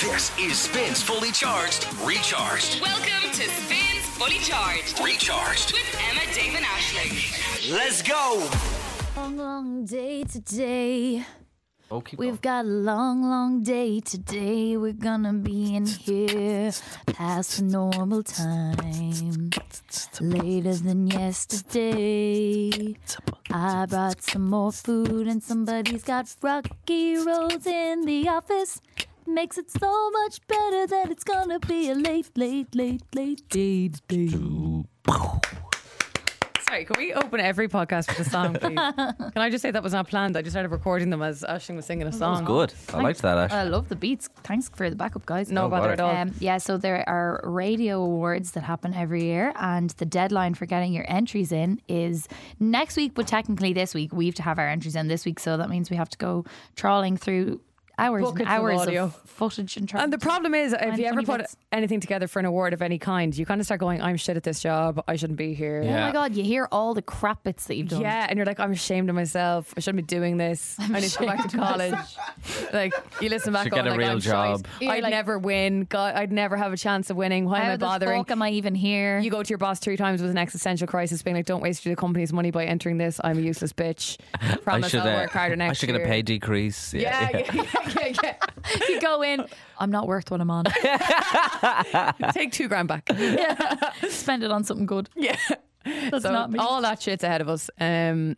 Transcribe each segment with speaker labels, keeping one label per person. Speaker 1: This is Spins Fully Charged, Recharged,
Speaker 2: Welcome to Spins Fully Charged
Speaker 1: Recharged.
Speaker 2: with Emma Damon Ashley.
Speaker 1: Let's go!
Speaker 3: Long, long day today.
Speaker 4: Oh, keep
Speaker 3: We've got a long, long day today. We're gonna be in here past the normal time. Later than yesterday. I brought some more food, and somebody's got rocky rolls in the office. Makes it so much better that it's gonna be a late, late, late, late day today.
Speaker 5: Sorry, can we open every podcast with a song, please? can I just say that was not planned? I just started recording them as Ashling was singing a song.
Speaker 4: Oh, Good. I liked that, actually.
Speaker 3: I Uh, love the beats. Thanks for the backup, guys.
Speaker 5: No bother at all.
Speaker 3: Um, yeah, so there are radio awards that happen every year, and the deadline for getting your entries in is next week, but technically this week. We have to have our entries in this week, so that means we have to go trawling through hours
Speaker 5: Buckets
Speaker 3: and
Speaker 5: of
Speaker 3: hours of,
Speaker 5: audio.
Speaker 3: footage and Oh trying.
Speaker 5: And the problem is, if
Speaker 3: Find
Speaker 5: you ever
Speaker 3: 20
Speaker 5: put
Speaker 3: bits.
Speaker 5: anything together for an award of any kind, you kind of start going, I'm shit at this job. I shouldn't be here.
Speaker 3: oh my God, you hear all the crap bits that you've done.
Speaker 5: Yeah, and you're like, I'm ashamed of myself. I shouldn't be doing this. i need to go back to college. like, you listen back
Speaker 4: Should
Speaker 5: on
Speaker 4: get a
Speaker 5: like,
Speaker 4: real
Speaker 5: I'm shite.
Speaker 4: job.
Speaker 3: You're
Speaker 5: I'd
Speaker 3: like-
Speaker 5: never win. God, I'd never have a chance of winning. Why
Speaker 3: How
Speaker 5: am I
Speaker 3: the
Speaker 5: bothering?
Speaker 3: fuck am I even here?
Speaker 5: You go to your boss three times with an existential crisis, being like, "Don't waste the company's money by entering this. I'm a useless bitch. Promise
Speaker 4: should,
Speaker 5: I'll
Speaker 4: uh,
Speaker 5: work harder next
Speaker 4: I should get
Speaker 5: year."
Speaker 4: a pay decrease.
Speaker 5: Yeah, yeah, yeah, yeah,
Speaker 3: You go in. I'm not worth what I'm on.
Speaker 5: yeah. Take two grand back.
Speaker 3: Spend it on something good.
Speaker 5: Yeah.
Speaker 3: That's
Speaker 5: So
Speaker 3: not me.
Speaker 5: all that shit's ahead of us. Um,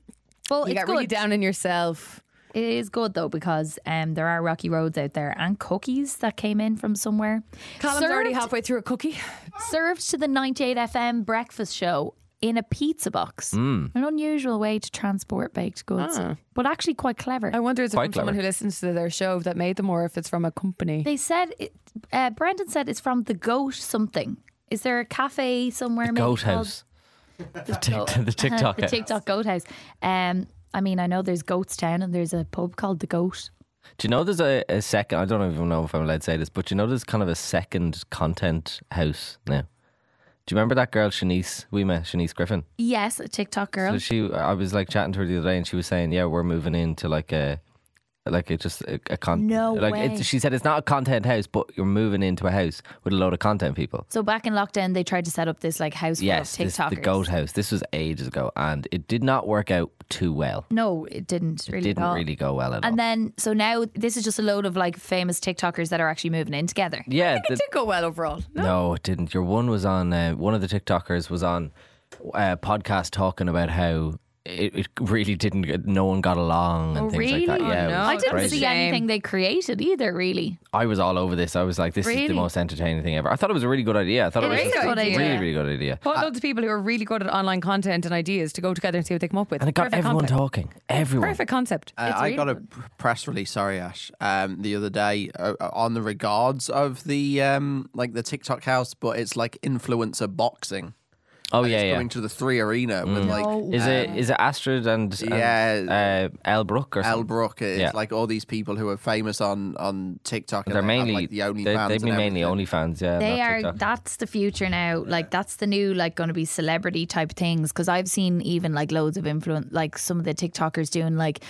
Speaker 3: Well,
Speaker 5: you
Speaker 3: it's
Speaker 5: get really
Speaker 3: good.
Speaker 5: down in yourself.
Speaker 3: It is good though because um, there are rocky roads out there and cookies that came in from somewhere.
Speaker 5: Colin's already
Speaker 3: Served-
Speaker 5: halfway through a cookie.
Speaker 3: served to the 98 FM breakfast show in a pizza box.
Speaker 4: Mm.
Speaker 3: An unusual way to transport baked goods, but actually quite clever.
Speaker 5: I wonder is it
Speaker 4: Quite
Speaker 5: from someone
Speaker 4: clever.
Speaker 5: who listens to their show that made them, or if it's from a company.
Speaker 3: they said, it, uh, Brendan said it's from the goat something. Is there a cafe somewhere? maybe
Speaker 4: Goat
Speaker 3: called-
Speaker 4: house. The, tick the TikTok.
Speaker 3: the
Speaker 4: house.
Speaker 3: TikTok goat house. Um, I mean, I know there's Goat's Town and there's a pub called The Goat.
Speaker 4: Do you know there's a, a second? I don't even know if I'm allowed to say this, but do you know there's kind of a second content house now. Do you remember that girl Shanice we met, Shanice Griffin?
Speaker 3: Yes, a TikTok girl.
Speaker 4: So she, I was like chatting to her the other day, and she was saying, "Yeah, we're moving into like a, like a just a, a con-
Speaker 3: No
Speaker 4: like
Speaker 3: way.
Speaker 4: It's, she said it's not a content house, but you're moving into a house with a load of content people.
Speaker 3: So back in lockdown, they tried to set up this like house full
Speaker 4: Yes,
Speaker 3: of
Speaker 4: this,
Speaker 3: TikTokers.
Speaker 4: the goat house. This was ages ago, and it did not work out too well.
Speaker 3: No, it didn't really. at
Speaker 4: Didn't
Speaker 3: all.
Speaker 4: really go well at all.
Speaker 3: And then, so now this is just a load of like famous TikTokers that are actually moving in together.
Speaker 4: yeah, the-
Speaker 5: It did go well overall. No,
Speaker 4: No, it didn't. Your one was on uh, one of the TikTokers was on a podcast talking about how it, it really didn't. get- No one got along and
Speaker 3: Oh,
Speaker 4: things like that.
Speaker 3: really?
Speaker 5: Oh,
Speaker 4: Yeah, it was
Speaker 5: no.
Speaker 3: I didn't
Speaker 4: crazy.
Speaker 3: see
Speaker 5: Shame.
Speaker 3: anything they created either, really.
Speaker 4: I was all over this. I was like, this is
Speaker 3: Really?
Speaker 4: the most entertaining thing ever. I thought it was a really good idea. I thought it,
Speaker 3: It
Speaker 4: was
Speaker 3: is
Speaker 4: just
Speaker 3: a good idea.
Speaker 4: really, really good idea.
Speaker 5: Put loads of people who are really good at online content and ideas to go together and see what they come up with.
Speaker 4: And it got
Speaker 5: Perfect
Speaker 4: everyone
Speaker 5: concept.
Speaker 4: talking. Everyone.
Speaker 5: Perfect concept.
Speaker 6: Uh, I got a pr- press release, sorry Ash, um, the other day uh, uh, on the regards of the um, like the TikTok house, but it's like influencer boxing
Speaker 4: Oh yeah,
Speaker 6: It's
Speaker 4: yeah.
Speaker 6: coming to the three arena with like
Speaker 3: No.
Speaker 4: Is it is it Astrid and, and
Speaker 6: Yeah.
Speaker 4: Um, uh, El Brook or
Speaker 6: Al
Speaker 4: something?
Speaker 6: Brook. It's
Speaker 4: Yeah.
Speaker 6: like all these people who are famous on on TikTok. and
Speaker 4: They're
Speaker 6: they have,
Speaker 4: mainly
Speaker 6: like the only
Speaker 4: they,
Speaker 6: fans.
Speaker 4: they've been
Speaker 6: and
Speaker 4: mainly
Speaker 6: everything.
Speaker 4: OnlyFans. Yeah,
Speaker 3: They
Speaker 4: not
Speaker 3: are,
Speaker 4: TikTok.
Speaker 3: that's the future now. Like, that's the new, like, going to be celebrity type things. Cause I've seen even like loads of influence, like some of the TikTokers doing like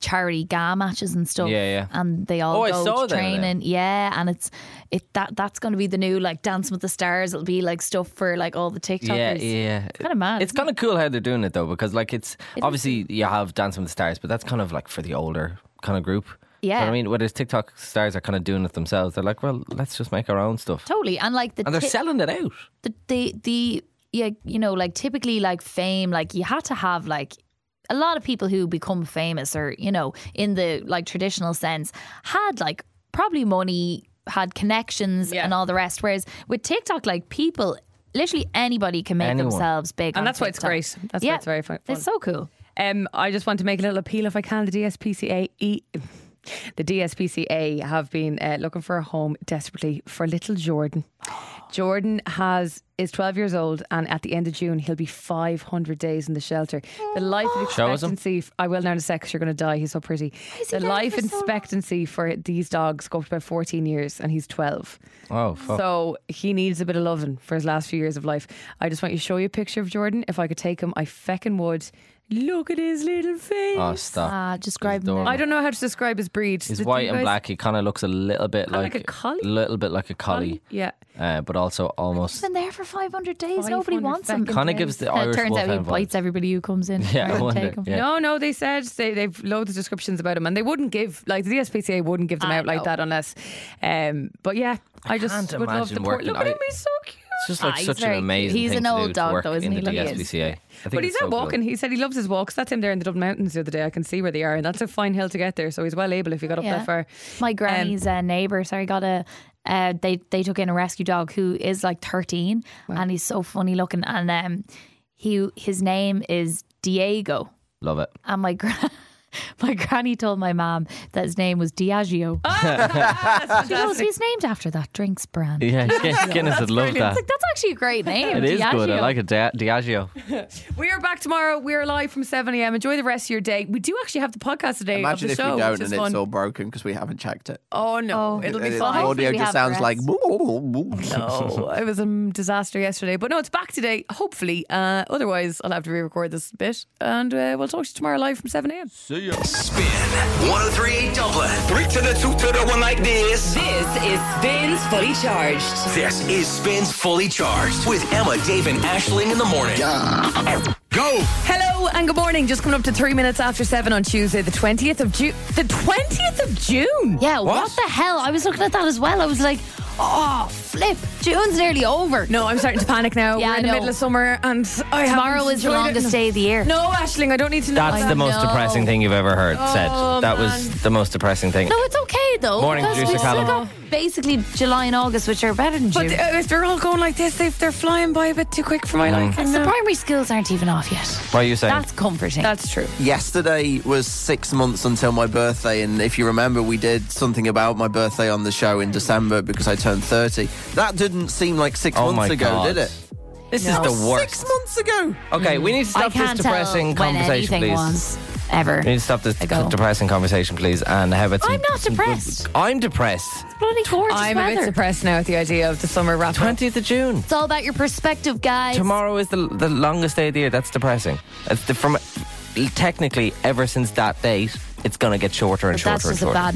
Speaker 3: charity GA matches and stuff.
Speaker 4: Yeah, yeah.
Speaker 3: And they all
Speaker 4: Oh, I
Speaker 3: go
Speaker 4: saw
Speaker 3: to
Speaker 4: that, yeah.
Speaker 3: training. Yeah. And it's, it that that's going to be the new, like, Dance with the Stars. It'll be like stuff for like all the TikTokers.
Speaker 4: Yeah, yeah.
Speaker 3: kinda mad,
Speaker 4: It's
Speaker 3: isn't
Speaker 4: kind of cool how they're doing it though, because like it's obviously you have Dancing with the Stars, but that's kind of like for the older kind of group. You know what
Speaker 3: Yeah.
Speaker 4: I mean, whereas TikTok stars are kind of doing it themselves. They're like, well, let's just make our own stuff,
Speaker 3: Totally. And like the
Speaker 4: and they're
Speaker 3: ti-
Speaker 4: selling it out.
Speaker 3: the the the yeah, you know, like typically like fame, like you had to have like a lot of people who become famous or, you know, in the like traditional sense had like probably money, had connections and all the rest. Whereas with TikTok, like people literally anybody can make
Speaker 4: Anyone.
Speaker 3: themselves big.
Speaker 5: And
Speaker 3: on
Speaker 5: that's why it's
Speaker 3: TikTok.
Speaker 5: great. That's why it's very fu- fun.
Speaker 3: It's so cool.
Speaker 5: Um, I just want to make a little appeal if I can. The DSPCA, e- the DSPCA have been uh, looking for a home desperately for little Jordan. Jordan has is 12 years old, and at the end of June, he'll be 500 days in the shelter. The life
Speaker 4: Show us him.
Speaker 5: expectancy. I will now in a sec. 'cause You're going to die. He's so pretty.
Speaker 3: is he
Speaker 5: The
Speaker 3: down
Speaker 5: life
Speaker 3: for so long?
Speaker 5: expectancy for these dogs go up to about 14 years, and he's 12.
Speaker 4: Oh fuck!
Speaker 5: So he needs a bit of loving for his last few years of life. I just want you to show you a picture of Jordan. If I could take him, I feckin' would. Look at his little face.
Speaker 4: Oh, stop.
Speaker 3: Ah, describe him.
Speaker 4: adorable.
Speaker 5: I don't know how to describe his breed.
Speaker 4: He's
Speaker 5: The
Speaker 4: white
Speaker 5: two
Speaker 4: and
Speaker 5: guys-
Speaker 4: black. He kind of looks a little bit
Speaker 5: Kinda
Speaker 4: like,
Speaker 5: like a collie?
Speaker 4: little bit like a collie,
Speaker 5: um, Yeah.
Speaker 4: uh, but also
Speaker 3: He's
Speaker 4: almost.
Speaker 3: been there for 500 days. Nobody
Speaker 5: 500
Speaker 3: wants him.
Speaker 5: fucking
Speaker 4: Kind of gives the
Speaker 3: And
Speaker 4: Irish
Speaker 3: it turns out he
Speaker 4: Wolfhound
Speaker 3: bites
Speaker 4: vibes.
Speaker 3: everybody who comes in.
Speaker 4: Yeah, I
Speaker 3: Try and
Speaker 4: wonder,
Speaker 3: take him.
Speaker 4: yeah.
Speaker 5: No, no, they said they, they've loads of descriptions about him and they wouldn't give, like, the DSPCA wouldn't give them
Speaker 3: I
Speaker 5: out like
Speaker 3: know.
Speaker 5: that unless. Um, but yeah, I, just
Speaker 4: can't
Speaker 5: would love
Speaker 4: imagine
Speaker 5: the poor.
Speaker 4: working-
Speaker 5: Look at
Speaker 4: I-
Speaker 5: him, he's so cute.
Speaker 4: It's just
Speaker 3: Ah,
Speaker 4: like
Speaker 3: he's
Speaker 4: such
Speaker 3: very
Speaker 4: an
Speaker 3: cute.
Speaker 4: amazing.
Speaker 3: He's
Speaker 4: thing
Speaker 3: an
Speaker 4: to do,
Speaker 3: old
Speaker 4: to
Speaker 3: dog,
Speaker 4: work
Speaker 3: though, isn't he?
Speaker 4: in The
Speaker 3: Like, he is.
Speaker 4: DSPCA. I think
Speaker 5: But he's
Speaker 4: it's
Speaker 5: out
Speaker 4: so
Speaker 5: walking.
Speaker 4: Good.
Speaker 5: He said he loves his walks. That's him there in the Dublin Mountains the other day. I can see where they are, and that's a fine hill to get there. So he's well able if he got up
Speaker 3: Yeah.
Speaker 5: that far.
Speaker 3: My granny's uh, neighbor, sorry, got a. Uh, they they took in a rescue dog who is like 13 and he's so funny looking and um he his name is Diego
Speaker 4: Love it.
Speaker 3: and my gra- my granny told my mom that his name was Diageo.
Speaker 5: Oh,
Speaker 3: she goes, he's named after that drinks brand.
Speaker 4: Yeah, Guinness would love that.
Speaker 3: Like that's actually a great name.
Speaker 4: It is good. I
Speaker 3: Diageo.
Speaker 4: like it. Dia- Diageo.
Speaker 5: We are back tomorrow. We are live from 7 a.m. Enjoy the rest of your day. We do actually have the podcast today. of
Speaker 6: Imagine
Speaker 5: the
Speaker 6: if
Speaker 5: show,
Speaker 6: you
Speaker 5: which
Speaker 6: don't
Speaker 5: is
Speaker 6: and
Speaker 5: fun.
Speaker 6: it's all broken because we haven't checked it.
Speaker 5: Oh, no.
Speaker 3: Oh.
Speaker 5: It'll
Speaker 6: And
Speaker 5: be
Speaker 6: it-
Speaker 5: fine.
Speaker 6: The audio
Speaker 3: Hopefully we
Speaker 6: just
Speaker 3: have
Speaker 6: sounds like.
Speaker 3: rest.
Speaker 5: No, it was a um, disaster yesterday. But no, it's back today, hopefully. Uh, otherwise, I'll have to re record this bit. And uh, we'll talk to you tomorrow live from 7 a.m.
Speaker 1: Spin 1038 Dublin. Three to the two to the one like this.
Speaker 2: This is Spins Fully Charged.
Speaker 1: This is Spins Fully Charged with Emma, Dave, and Ashling in the morning. Go!
Speaker 5: Hello and good morning. Just coming up to three minutes after 7 on Tuesday, the 20th of June. The 20th of June?
Speaker 3: Yeah, what? the hell? I was looking at that as well. I was like, oh, flip. June's nearly over.
Speaker 5: No, I'm starting to panic now.
Speaker 3: Yeah,
Speaker 5: We're
Speaker 3: I
Speaker 5: in the
Speaker 3: know.
Speaker 5: middle of summer and I
Speaker 3: Tomorrow
Speaker 5: haven't
Speaker 3: is the
Speaker 5: enjoyed it.
Speaker 3: longest day of the year.
Speaker 5: No, Ashling, I don't need to know.
Speaker 4: That's the most
Speaker 3: no.
Speaker 4: depressing thing you've ever heard said.
Speaker 5: Oh,
Speaker 4: That
Speaker 5: man.
Speaker 4: was the most depressing thing.
Speaker 3: No, Oh, it's okay though.
Speaker 4: Morning,
Speaker 3: because
Speaker 4: producer
Speaker 3: we've still
Speaker 4: Callum.
Speaker 3: got basically July and August, which are better than June.
Speaker 5: But uh, if they're all going like this, they, they're flying by a bit too quick for my
Speaker 4: Mm.
Speaker 5: liking.
Speaker 3: It's the
Speaker 5: now.
Speaker 3: primary skills aren't even off yet.
Speaker 4: What are you saying?
Speaker 3: That's comforting.
Speaker 5: That's true.
Speaker 6: Yesterday was six months until my birthday, and if you remember, we did something about my birthday on the show in December because I turned 30. That didn't seem like six
Speaker 4: oh my
Speaker 6: months ago,
Speaker 4: god!
Speaker 6: did it?
Speaker 4: This
Speaker 3: No.
Speaker 4: is the worst.
Speaker 6: Six months ago!
Speaker 4: Okay, we need to
Speaker 3: I
Speaker 4: stop this
Speaker 3: can't
Speaker 4: depressing
Speaker 3: tell when
Speaker 4: conversation,
Speaker 3: anything
Speaker 4: please.
Speaker 3: was ever.
Speaker 4: We need to stop this
Speaker 3: Ago.
Speaker 4: depressing conversation, please. And how about some-
Speaker 3: I'm not
Speaker 4: some good-
Speaker 3: depressed.
Speaker 4: I'm depressed.
Speaker 3: Bloody gorgeous
Speaker 5: I'm a
Speaker 3: weather.
Speaker 5: bit depressed now at the idea of the summer wrap up.
Speaker 4: Twentieth of June.
Speaker 3: It's all about your perspective, guys.
Speaker 4: Tomorrow is the the longest day of the year. That's depressing. It's the, from technically ever since that date, it's gonna get shorter and
Speaker 3: But
Speaker 4: shorter
Speaker 3: that's
Speaker 4: and
Speaker 3: just a
Speaker 4: shorter.
Speaker 3: bad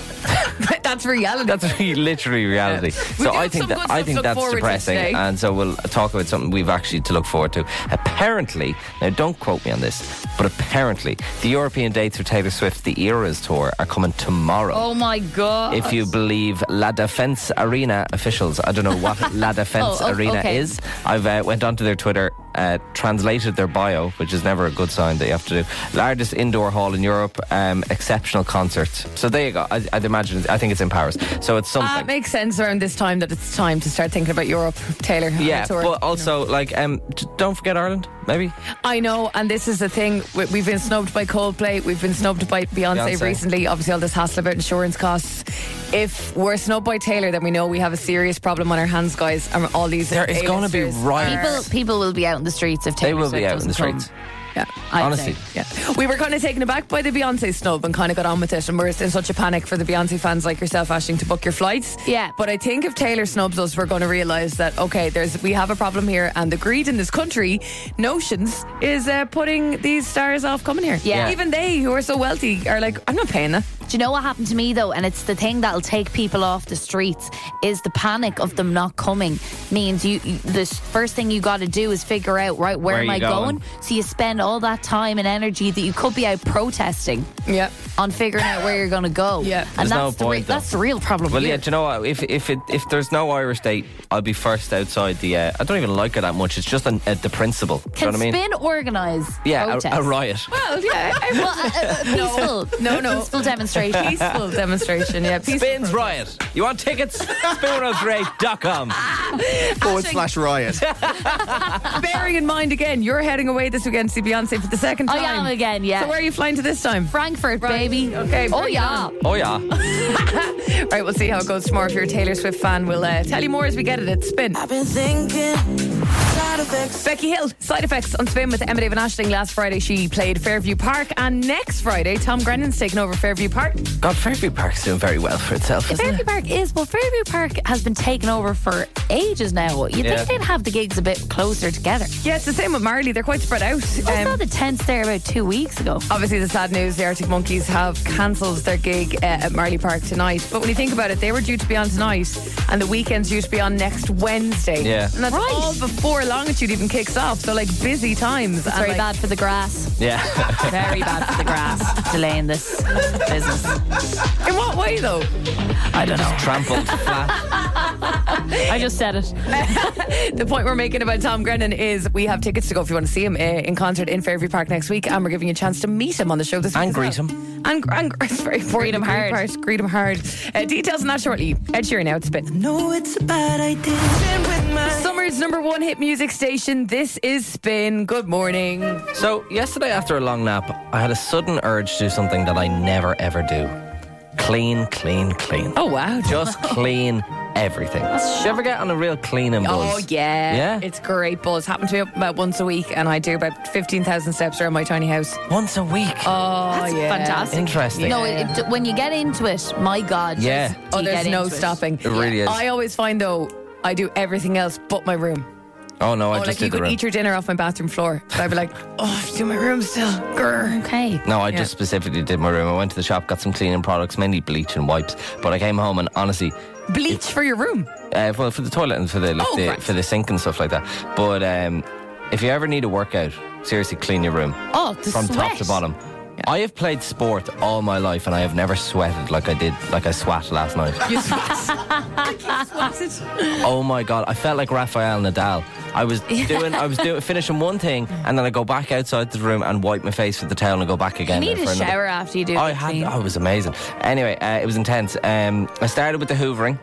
Speaker 3: mindset.
Speaker 5: That's reality.
Speaker 4: That's really literally reality.
Speaker 5: We
Speaker 4: So
Speaker 5: do
Speaker 4: I
Speaker 5: have
Speaker 4: think
Speaker 5: some
Speaker 4: that
Speaker 5: good
Speaker 4: I
Speaker 5: stuff to
Speaker 4: think
Speaker 5: look
Speaker 4: that's
Speaker 5: forward to
Speaker 4: depressing,
Speaker 5: today.
Speaker 4: and so we'll talk about something we've actually to look forward to. Apparently, now don't quote me on this, but apparently the European dates for Taylor Swift's The Eras tour are coming tomorrow.
Speaker 3: Oh my god.
Speaker 4: If you believe La Defense Arena officials, I don't know what La Defense
Speaker 3: Oh, o-
Speaker 4: Arena
Speaker 3: okay.
Speaker 4: is. I've uh, went onto their Twitter, uh, translated their bio, which is never a good sign that you have to do. Largest indoor hall in Europe, um, exceptional concert. So there you go. I, I'd imagine. I think it's in Paris. So it's something.
Speaker 3: Uh,
Speaker 5: That makes sense around this time that it's time to start thinking about Europe, Taylor. on
Speaker 4: yeah,
Speaker 5: the tour.
Speaker 4: but also like, um, d- don't forget Ireland. Maybe
Speaker 5: I know, and this is the thing. we- We've been snubbed by Coldplay. We've been snubbed by Beyonce,
Speaker 4: Beyonce.
Speaker 5: recently. Obviously, all this hassle about insurance costs. If we're snubbed by Taylor, then we know we have a serious problem on our hands, guys. And all these
Speaker 4: There is gonna be
Speaker 5: A-listers
Speaker 4: riots.
Speaker 5: are-
Speaker 3: people, people will be out in the streets if Taylor
Speaker 4: they will
Speaker 3: Swift
Speaker 4: be out in the
Speaker 3: doesn't come.
Speaker 4: streets.
Speaker 5: Yeah,
Speaker 3: I'd
Speaker 4: Honestly.
Speaker 3: say.
Speaker 5: yeah. We were kind of taken aback by the Beyonce snub and kind of got on with it, and we're in such a panic for the Beyonce fans like yourself, Ashing, to book your flights.
Speaker 3: Yeah.
Speaker 5: But I think if Taylor snubs us, we're going to realise that okay, there's we have a problem here, and the greed in this country, notions, is uh, putting these stars off coming here.
Speaker 3: Yeah.
Speaker 5: Even they who are so wealthy are like, I'm not paying that.
Speaker 3: Do you know what happened to me though? And it's the thing that'll take people off the streets is the panic of them not coming. Means you, you the first thing you got to do is figure out right where,
Speaker 4: Where
Speaker 3: am
Speaker 4: you
Speaker 3: I
Speaker 4: going?
Speaker 3: going? So you spend all that time and energy that you could be out protesting
Speaker 5: Yeah.
Speaker 3: on figuring out where you're going to go.
Speaker 5: Yeah.
Speaker 3: and that's
Speaker 4: There's no
Speaker 3: the
Speaker 4: point, though.
Speaker 3: that's the real problem.
Speaker 4: Well, yeah.
Speaker 3: here.
Speaker 4: Do you know what? If if it, if there's no Irish date, I'll be first outside the. Uh, I don't even like her that much. It's just an, uh, the principle. Do you
Speaker 3: Can
Speaker 4: know what I mean?
Speaker 3: spin organize?
Speaker 4: Yeah,
Speaker 3: protests?
Speaker 4: a, a riot.
Speaker 5: Well, yeah.
Speaker 3: Well, a- a- a peaceful,
Speaker 5: No, no.
Speaker 3: peaceful demonstration.
Speaker 5: Peaceful demonstration, yeah. Peaceful.
Speaker 4: Spins riot. You want tickets? Spin103.com.
Speaker 6: Forward slash riot.
Speaker 5: Bearing in mind again, you're heading away this weekend to see Beyonce for the second
Speaker 3: I
Speaker 5: time.
Speaker 3: am again, yeah.
Speaker 5: So where are you flying to this time?
Speaker 3: Frankfurt, baby.
Speaker 5: Okay,
Speaker 3: Oh
Speaker 5: bring it
Speaker 3: yeah.
Speaker 4: Oh yeah.
Speaker 5: All right, we'll see how it goes tomorrow. If you're a Taylor Swift fan, we'll uh, tell you more as we get it. It's spin.
Speaker 7: I've been thinking.
Speaker 1: Side effects.
Speaker 5: Becky Hill, side effects on Spin with Emma David Ashling. Last Friday, she played Fairview Park, and next Friday, Tom Grennan's taking over Fairview Park.
Speaker 4: God, Fairview Park's doing very well for itself, isn't
Speaker 3: Fairview
Speaker 4: it?
Speaker 3: Park is, well, Fairview Park has been taken over for ages now. You'd
Speaker 4: Yeah.
Speaker 3: think they'd have the gigs a bit closer together.
Speaker 5: Yeah, it's the same with Marley. They're quite spread out.
Speaker 3: I saw
Speaker 5: Um,
Speaker 3: the tents there about two weeks ago.
Speaker 5: Obviously, the sad news the Arctic Monkeys have cancelled their gig uh, at Marley Park tonight. But when you think about it, they were due to be on tonight, and the weekend's due to be on next Wednesday.
Speaker 4: Yeah.
Speaker 5: And that's
Speaker 3: Right.
Speaker 5: all before Longitude even kicks off. So, like, busy times. and,
Speaker 3: Very
Speaker 5: like,
Speaker 3: bad for the grass.
Speaker 4: Yeah.
Speaker 3: Very bad for the grass. Delaying this business.
Speaker 5: In what way, though?
Speaker 3: I don't know.
Speaker 4: Trampled flat.
Speaker 3: I just said it.
Speaker 5: The point we're making about Tom Grennan is we have tickets to go if you want to see him uh, in concert in Fairview Park next week, and we're giving you a chance to meet him on the show this week.
Speaker 4: And
Speaker 5: as well.
Speaker 4: greet him.
Speaker 5: And, gr- and gr- it's very important.
Speaker 3: Greet him hard.
Speaker 5: part, Greet him hard. Uh, details on that shortly. Ed Sheeran now, it's been.
Speaker 1: No, it's a bad idea. Spin with my.
Speaker 5: Summer's number one hit music station. This is Spin. Good morning.
Speaker 4: So, yesterday after a long nap, I had a sudden urge to do something that I never ever do clean, clean, clean.
Speaker 5: Oh wow.
Speaker 4: Just clean everything. Should you ever get on a real clean and
Speaker 5: Oh
Speaker 4: buzz?
Speaker 5: yeah.
Speaker 4: Yeah?
Speaker 5: It's great buzz. Happened to me about once a week, and I do about fifteen thousand steps around my tiny house.
Speaker 4: Once a week.
Speaker 5: Oh yeah.
Speaker 3: Fantastic.
Speaker 4: Interesting.
Speaker 3: No, it, it- when you get into it, my God.
Speaker 4: Yeah.
Speaker 3: just-
Speaker 5: Oh,
Speaker 3: you
Speaker 5: there's
Speaker 3: get
Speaker 5: no
Speaker 3: into it.
Speaker 5: stopping.
Speaker 4: It really is.
Speaker 5: I always find though. I do everything else but my room.
Speaker 4: oh no, I
Speaker 5: Oh,
Speaker 4: just
Speaker 5: like
Speaker 4: did
Speaker 5: you
Speaker 4: the
Speaker 5: could
Speaker 4: room.
Speaker 5: eat your dinner off my bathroom floor. So I'd be like, oh, I have to do my room still. Grr.
Speaker 3: Okay.
Speaker 4: No, I just specifically did my room. I went to the shop, got some cleaning products, mainly bleach and wipes. But I came home and honestly,
Speaker 5: Bleach for your room.
Speaker 4: uh, well, for the toilet and for the, like,
Speaker 5: Oh,
Speaker 4: the
Speaker 5: right.
Speaker 4: for the sink and stuff like that. But um, if you ever need a workout, seriously, clean your room
Speaker 3: Oh, the
Speaker 4: from top
Speaker 3: sweat.
Speaker 4: to bottom. I have played sport all my life, and I have never sweated like I did, like I swat last night.
Speaker 5: You sweat. you sweated.
Speaker 4: Oh my god, I felt like Rafael Nadal. I was doing, I was doing, finishing one thing, and then I go back outside the room and wipe my face with the towel and go back
Speaker 3: You
Speaker 4: again.
Speaker 3: need
Speaker 4: for
Speaker 3: a
Speaker 4: another-
Speaker 3: shower after you do
Speaker 4: I
Speaker 3: the
Speaker 4: had.
Speaker 3: clean.
Speaker 4: Oh, it was amazing. Anyway, uh, it was intense. Um, I started with the hoovering.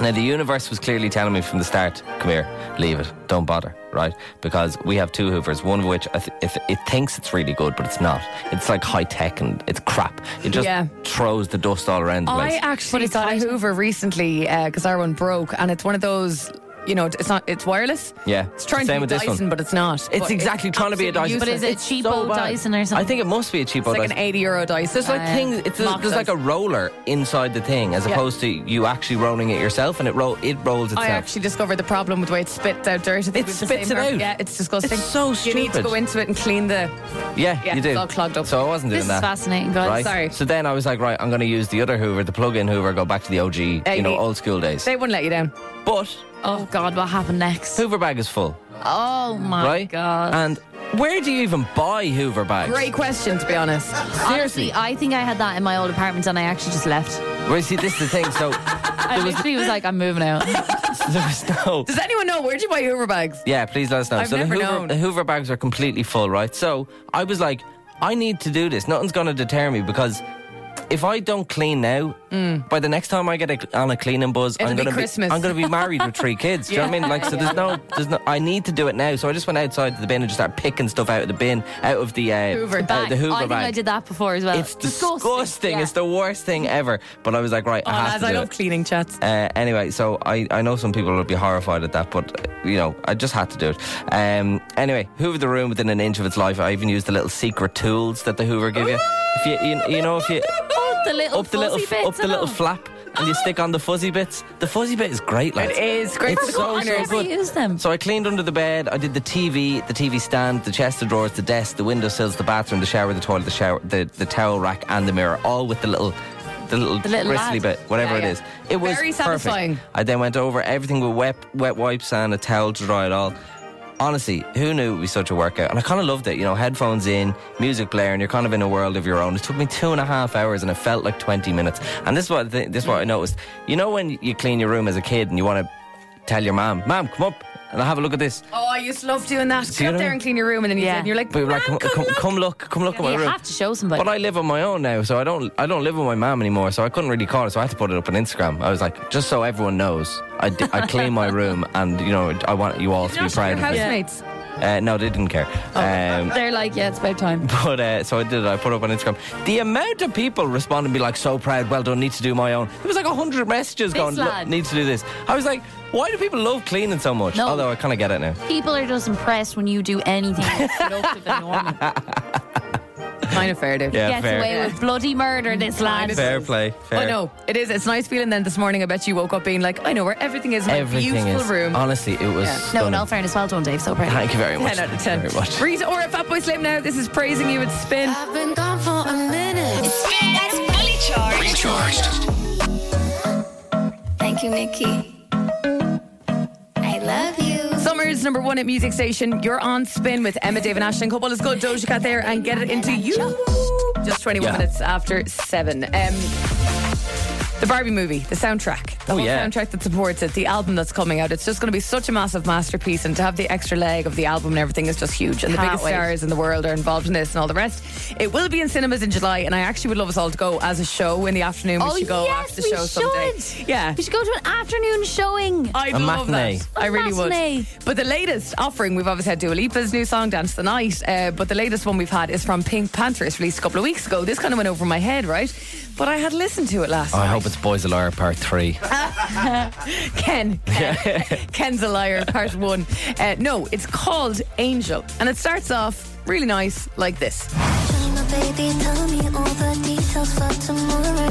Speaker 4: Now the universe was clearly telling me from the start, "Come here, leave it, don't bother." Right? Because we have two hoovers, one of which I th- it, it thinks it's really good, but it's not. It's like high tech and it's crap. It just
Speaker 5: Yeah.
Speaker 4: throws the dust all around the
Speaker 5: I
Speaker 4: place.
Speaker 5: actually got a Hoover recently because our one broke, and it's one of those. You know, it's not. It's wireless.
Speaker 4: Yeah.
Speaker 5: It's trying
Speaker 4: Same
Speaker 5: to
Speaker 4: with
Speaker 5: be
Speaker 4: this one.
Speaker 5: Dyson, but it's not.
Speaker 4: It's
Speaker 5: But
Speaker 4: exactly trying to be a
Speaker 5: absolutely
Speaker 4: Dyson.
Speaker 3: But is it
Speaker 4: It's
Speaker 3: cheapo
Speaker 4: bad.
Speaker 3: Dyson or something?
Speaker 4: I think it must be a cheapo
Speaker 5: It's like
Speaker 4: Dyson.
Speaker 5: an eighty euro Dyson.
Speaker 4: There's like
Speaker 3: Uh,
Speaker 4: things. It's a,
Speaker 3: mock
Speaker 4: there's like a
Speaker 3: those.
Speaker 4: roller inside the thing, as
Speaker 5: Yeah.
Speaker 4: opposed to you actually rolling it yourself, and it roll it rolls itself.
Speaker 5: I actually discovered the problem with the way it spits out dirt. I think
Speaker 4: It
Speaker 5: we have the
Speaker 4: spits
Speaker 5: same
Speaker 4: it
Speaker 5: problem.
Speaker 4: out.
Speaker 5: Yeah, it's disgusting.
Speaker 4: It's so
Speaker 5: You need to
Speaker 4: stupid.
Speaker 5: go into it and clean the.
Speaker 4: yeah,
Speaker 5: Yeah,
Speaker 4: you do.
Speaker 5: it's all clogged up.
Speaker 4: So I wasn't doing
Speaker 3: This is
Speaker 4: that.
Speaker 3: fascinating, guys.
Speaker 4: Right?
Speaker 5: Sorry.
Speaker 4: So then I was like, right, I'm going to use the other Hoover, the plug-in Hoover, go back to the OG, you know,
Speaker 5: you-
Speaker 4: old school days.
Speaker 5: They wouldn't let you down.
Speaker 4: But
Speaker 3: Oh, God, what happened next?
Speaker 4: Hoover bag is full,
Speaker 3: Oh, my
Speaker 4: right?
Speaker 3: God.
Speaker 4: And where do you even buy Hoover bags?
Speaker 5: Great question, to be honest.
Speaker 3: Honestly, I think I had that in my old apartment and I actually just left.
Speaker 4: Well, see, this is the thing. So
Speaker 3: I literally was like, I'm moving out.
Speaker 4: Uh, there was no.
Speaker 5: Does anyone know where do you buy Hoover bags?
Speaker 4: Yeah, please let us know.
Speaker 5: I've
Speaker 4: so
Speaker 5: never
Speaker 4: the, Hoover,
Speaker 5: known.
Speaker 4: the Hoover bags are completely full, right? So I was like, I need to do this. Nothing's going to deter me because if I don't clean now, by the next time I get a, on a cleaning buzz,
Speaker 5: Mm. It'll
Speaker 4: I'm
Speaker 5: be
Speaker 4: going to
Speaker 5: Christmas.
Speaker 4: I'm going to be married with three kids. Do you know what I mean? Like, so there's no, there's no. I need to do it now. So I just went outside to the bin and just started picking stuff out of the bin, out of the uh,
Speaker 5: Hoover
Speaker 4: uh,
Speaker 3: Back.
Speaker 4: the Hoover
Speaker 3: I think
Speaker 4: bag.
Speaker 3: I did that before as well.
Speaker 4: It's disgusting.
Speaker 3: Yeah.
Speaker 4: It's the worst thing ever. But I was like, right,
Speaker 5: Oh,
Speaker 4: I have
Speaker 5: lads,
Speaker 4: to do
Speaker 5: I
Speaker 4: it.
Speaker 5: love cleaning chats.
Speaker 4: Uh, anyway, so I, I know some people will be horrified at that, but uh, you know I just had to do it. Um, anyway, Hoover the room within an inch of its life. I even used the little secret tools that the Hoover give you. If you you, you know if you
Speaker 3: Oh, the little
Speaker 4: up the
Speaker 3: fuzzy
Speaker 4: little
Speaker 3: bits uh-huh.
Speaker 4: up the
Speaker 3: and
Speaker 4: little
Speaker 3: all.
Speaker 4: flap and you stick on the fuzzy bits. The fuzzy bit is great, lads.
Speaker 5: It is great for
Speaker 4: It's
Speaker 5: the
Speaker 4: so so
Speaker 5: corners.
Speaker 4: good.
Speaker 3: Use them.
Speaker 4: So I cleaned under the bed. I did the TV, the TV stand, the chest of drawers, the desk, the windowsills, the bathroom, the shower, the toilet, the shower, the, the towel rack, and the mirror, all with the little. The little,
Speaker 3: little
Speaker 4: bristly
Speaker 3: lad.
Speaker 4: bit, whatever
Speaker 5: Yeah,
Speaker 4: it
Speaker 5: yeah.
Speaker 4: is, it was
Speaker 5: Very
Speaker 4: perfect.
Speaker 5: satisfying.
Speaker 4: I then went over everything with wet, wet wipes and a towel to dry it all. Honestly, who knew it would be such a workout? And I kind of loved it. You know, headphones in, music blaring, you're kind of in a world of your own. It took me two and a half hours, and it felt like twenty minutes. And this is what th- this is what I noticed. You know, when you clean your room as a kid, and you want to tell your mom, "Mom, come up and I'll have a look at this."
Speaker 5: Oh, I used to love doing that.
Speaker 4: you
Speaker 5: Get up
Speaker 4: know-
Speaker 5: there and clean your room, and then you
Speaker 3: Yeah.
Speaker 5: yeah. and you're like,
Speaker 4: But we were like,
Speaker 5: "Mom,
Speaker 4: come, come, come look, come look at my
Speaker 3: You
Speaker 4: room.
Speaker 3: have to show somebody.
Speaker 4: But I live on my own now, so I don't I don't live with my mom anymore, so I couldn't really call her, so I had to put it up on Instagram. I was like, just so everyone knows, I, d- I clean my room, and you know I want you all to be
Speaker 5: Not your
Speaker 4: proud of me.
Speaker 5: housemates.
Speaker 4: Uh, no, they didn't care.
Speaker 3: Oh.
Speaker 4: Um,
Speaker 5: They're like, yeah, it's about time.
Speaker 4: but uh, so I did it. I put it up on Instagram. The amount of people responding, be like, so proud, well done, need to do my own. There was like hundred messages going, "Look,
Speaker 3: lad."
Speaker 4: need to do this. I was like, why do people love cleaning so much?
Speaker 3: No.
Speaker 4: Although I kind of get it now.
Speaker 3: People are just impressed when you do anything that's productive and normal.
Speaker 5: Kind of fair, dude.
Speaker 4: Yeah,
Speaker 3: Gets
Speaker 4: fair.
Speaker 3: away with bloody murder, this lad.
Speaker 4: Fair play. Fair.
Speaker 5: I know Oh, it is. It's a nice feeling. Then this morning, I bet you woke up being like, I know where everything is. In my
Speaker 4: Everything
Speaker 5: beautiful
Speaker 4: is
Speaker 5: room.
Speaker 4: honestly,
Speaker 5: Yeah.
Speaker 4: it was.
Speaker 3: No, in
Speaker 4: stunning.
Speaker 3: all fairness, well done, Dave. So proud.
Speaker 4: Thank you very much.
Speaker 5: 10 out of
Speaker 4: Thank you
Speaker 5: 10.
Speaker 4: Very much.
Speaker 5: Rita Ora, Fat Boy Slim now. This is praising you at Spin.
Speaker 7: I've been gone for a minute.
Speaker 2: That's fully charged.
Speaker 1: Recharged.
Speaker 7: Thank you, Nikki. I love you.
Speaker 5: Summer's number one at Music Station. You're on Spin with Emma, Dave, and Ashton. Couple is good. Doja Cat there and get it into you. Just 21
Speaker 4: Yeah.
Speaker 5: minutes after seven. Um, the Barbie movie, the soundtrack, the
Speaker 4: Oh,
Speaker 5: whole
Speaker 4: yeah.
Speaker 5: soundtrack that supports it, the album that's coming out. It's just going to be such a massive masterpiece, and to have the extra leg of the album and everything is just huge. And the
Speaker 3: Can't
Speaker 5: biggest
Speaker 3: wait.
Speaker 5: stars in the world are involved in this and all the rest. It will be in cinemas in July, and I actually would love us all to go as a show in the afternoon.
Speaker 3: Oh,
Speaker 5: we should go
Speaker 3: yes,
Speaker 5: after the
Speaker 3: we
Speaker 5: show someday.
Speaker 3: should.
Speaker 5: Yeah,
Speaker 3: We should go to an afternoon showing.
Speaker 5: I'd
Speaker 4: A
Speaker 5: love
Speaker 4: matinee.
Speaker 5: that.
Speaker 3: A
Speaker 5: I really
Speaker 3: matinee.
Speaker 5: would. But the latest offering, we've obviously had Dua Lipa's new song, Dance the Night. Uh, but the latest one we've had is from Pink Panther. It's released a couple of weeks ago. This kind of went over my head, right? But I had listened to it last
Speaker 4: Oh, I
Speaker 5: night.
Speaker 4: hope it's Boys of Liar Part 3.
Speaker 5: Ken. Ken. Ken's a Liar, part one. Uh, no, it's called Angel. And it starts off really nice like this.
Speaker 7: Johnny, my baby, tell me all the details for tomorrow.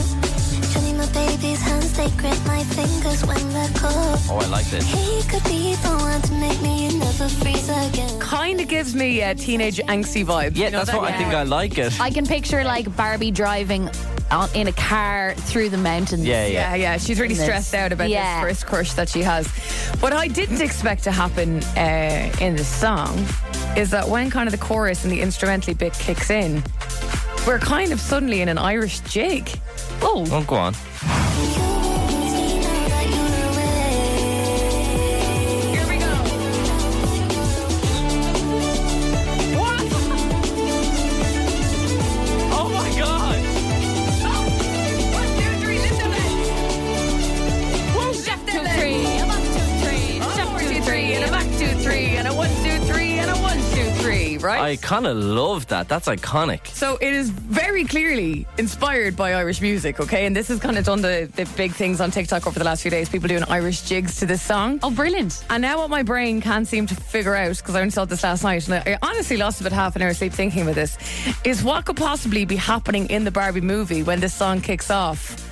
Speaker 7: Johnny, my baby's hands, they grip my fingers when they're cold.
Speaker 4: Oh, I like this.
Speaker 7: He could be the one to make me never freeze again.
Speaker 5: Kind of gives me a teenage angsty vibe.
Speaker 4: Yeah,
Speaker 5: You know
Speaker 4: that's
Speaker 5: that?
Speaker 4: what I think I like it.
Speaker 3: I can picture like Barbie driving on, in a car through the mountains.
Speaker 4: Yeah,
Speaker 5: Yeah,
Speaker 4: yeah.
Speaker 5: yeah. She's really
Speaker 3: Goodness.
Speaker 5: stressed out about
Speaker 3: Yeah.
Speaker 5: this first crush that she has. What I didn't expect to happen uh, in the song is that when kind of the chorus and the instrumentally bit kicks in, we're kind of suddenly in an Irish jig. Oh,
Speaker 4: Oh, go on.
Speaker 7: You always knew that you were away.
Speaker 5: here we go. What? Oh my God. Oh, one, two, three, lift them legs. Woo, lift them legs. One, two, three, and a back, two, three, and a one, two, three, and a one, two, three,
Speaker 4: I
Speaker 5: right?
Speaker 4: kind of love that. That's iconic.
Speaker 5: so it is very clearly inspired by Irish music, okay? And this has kind of done the, the big things on TikTok over the last few days. People doing Irish jigs to this song.
Speaker 3: Oh, brilliant.
Speaker 5: And now what my brain can't seem to figure out, because I only saw this last night, and I I honestly lost about half an hour sleep thinking about this, is what could possibly be happening in the Barbie movie when this song kicks off?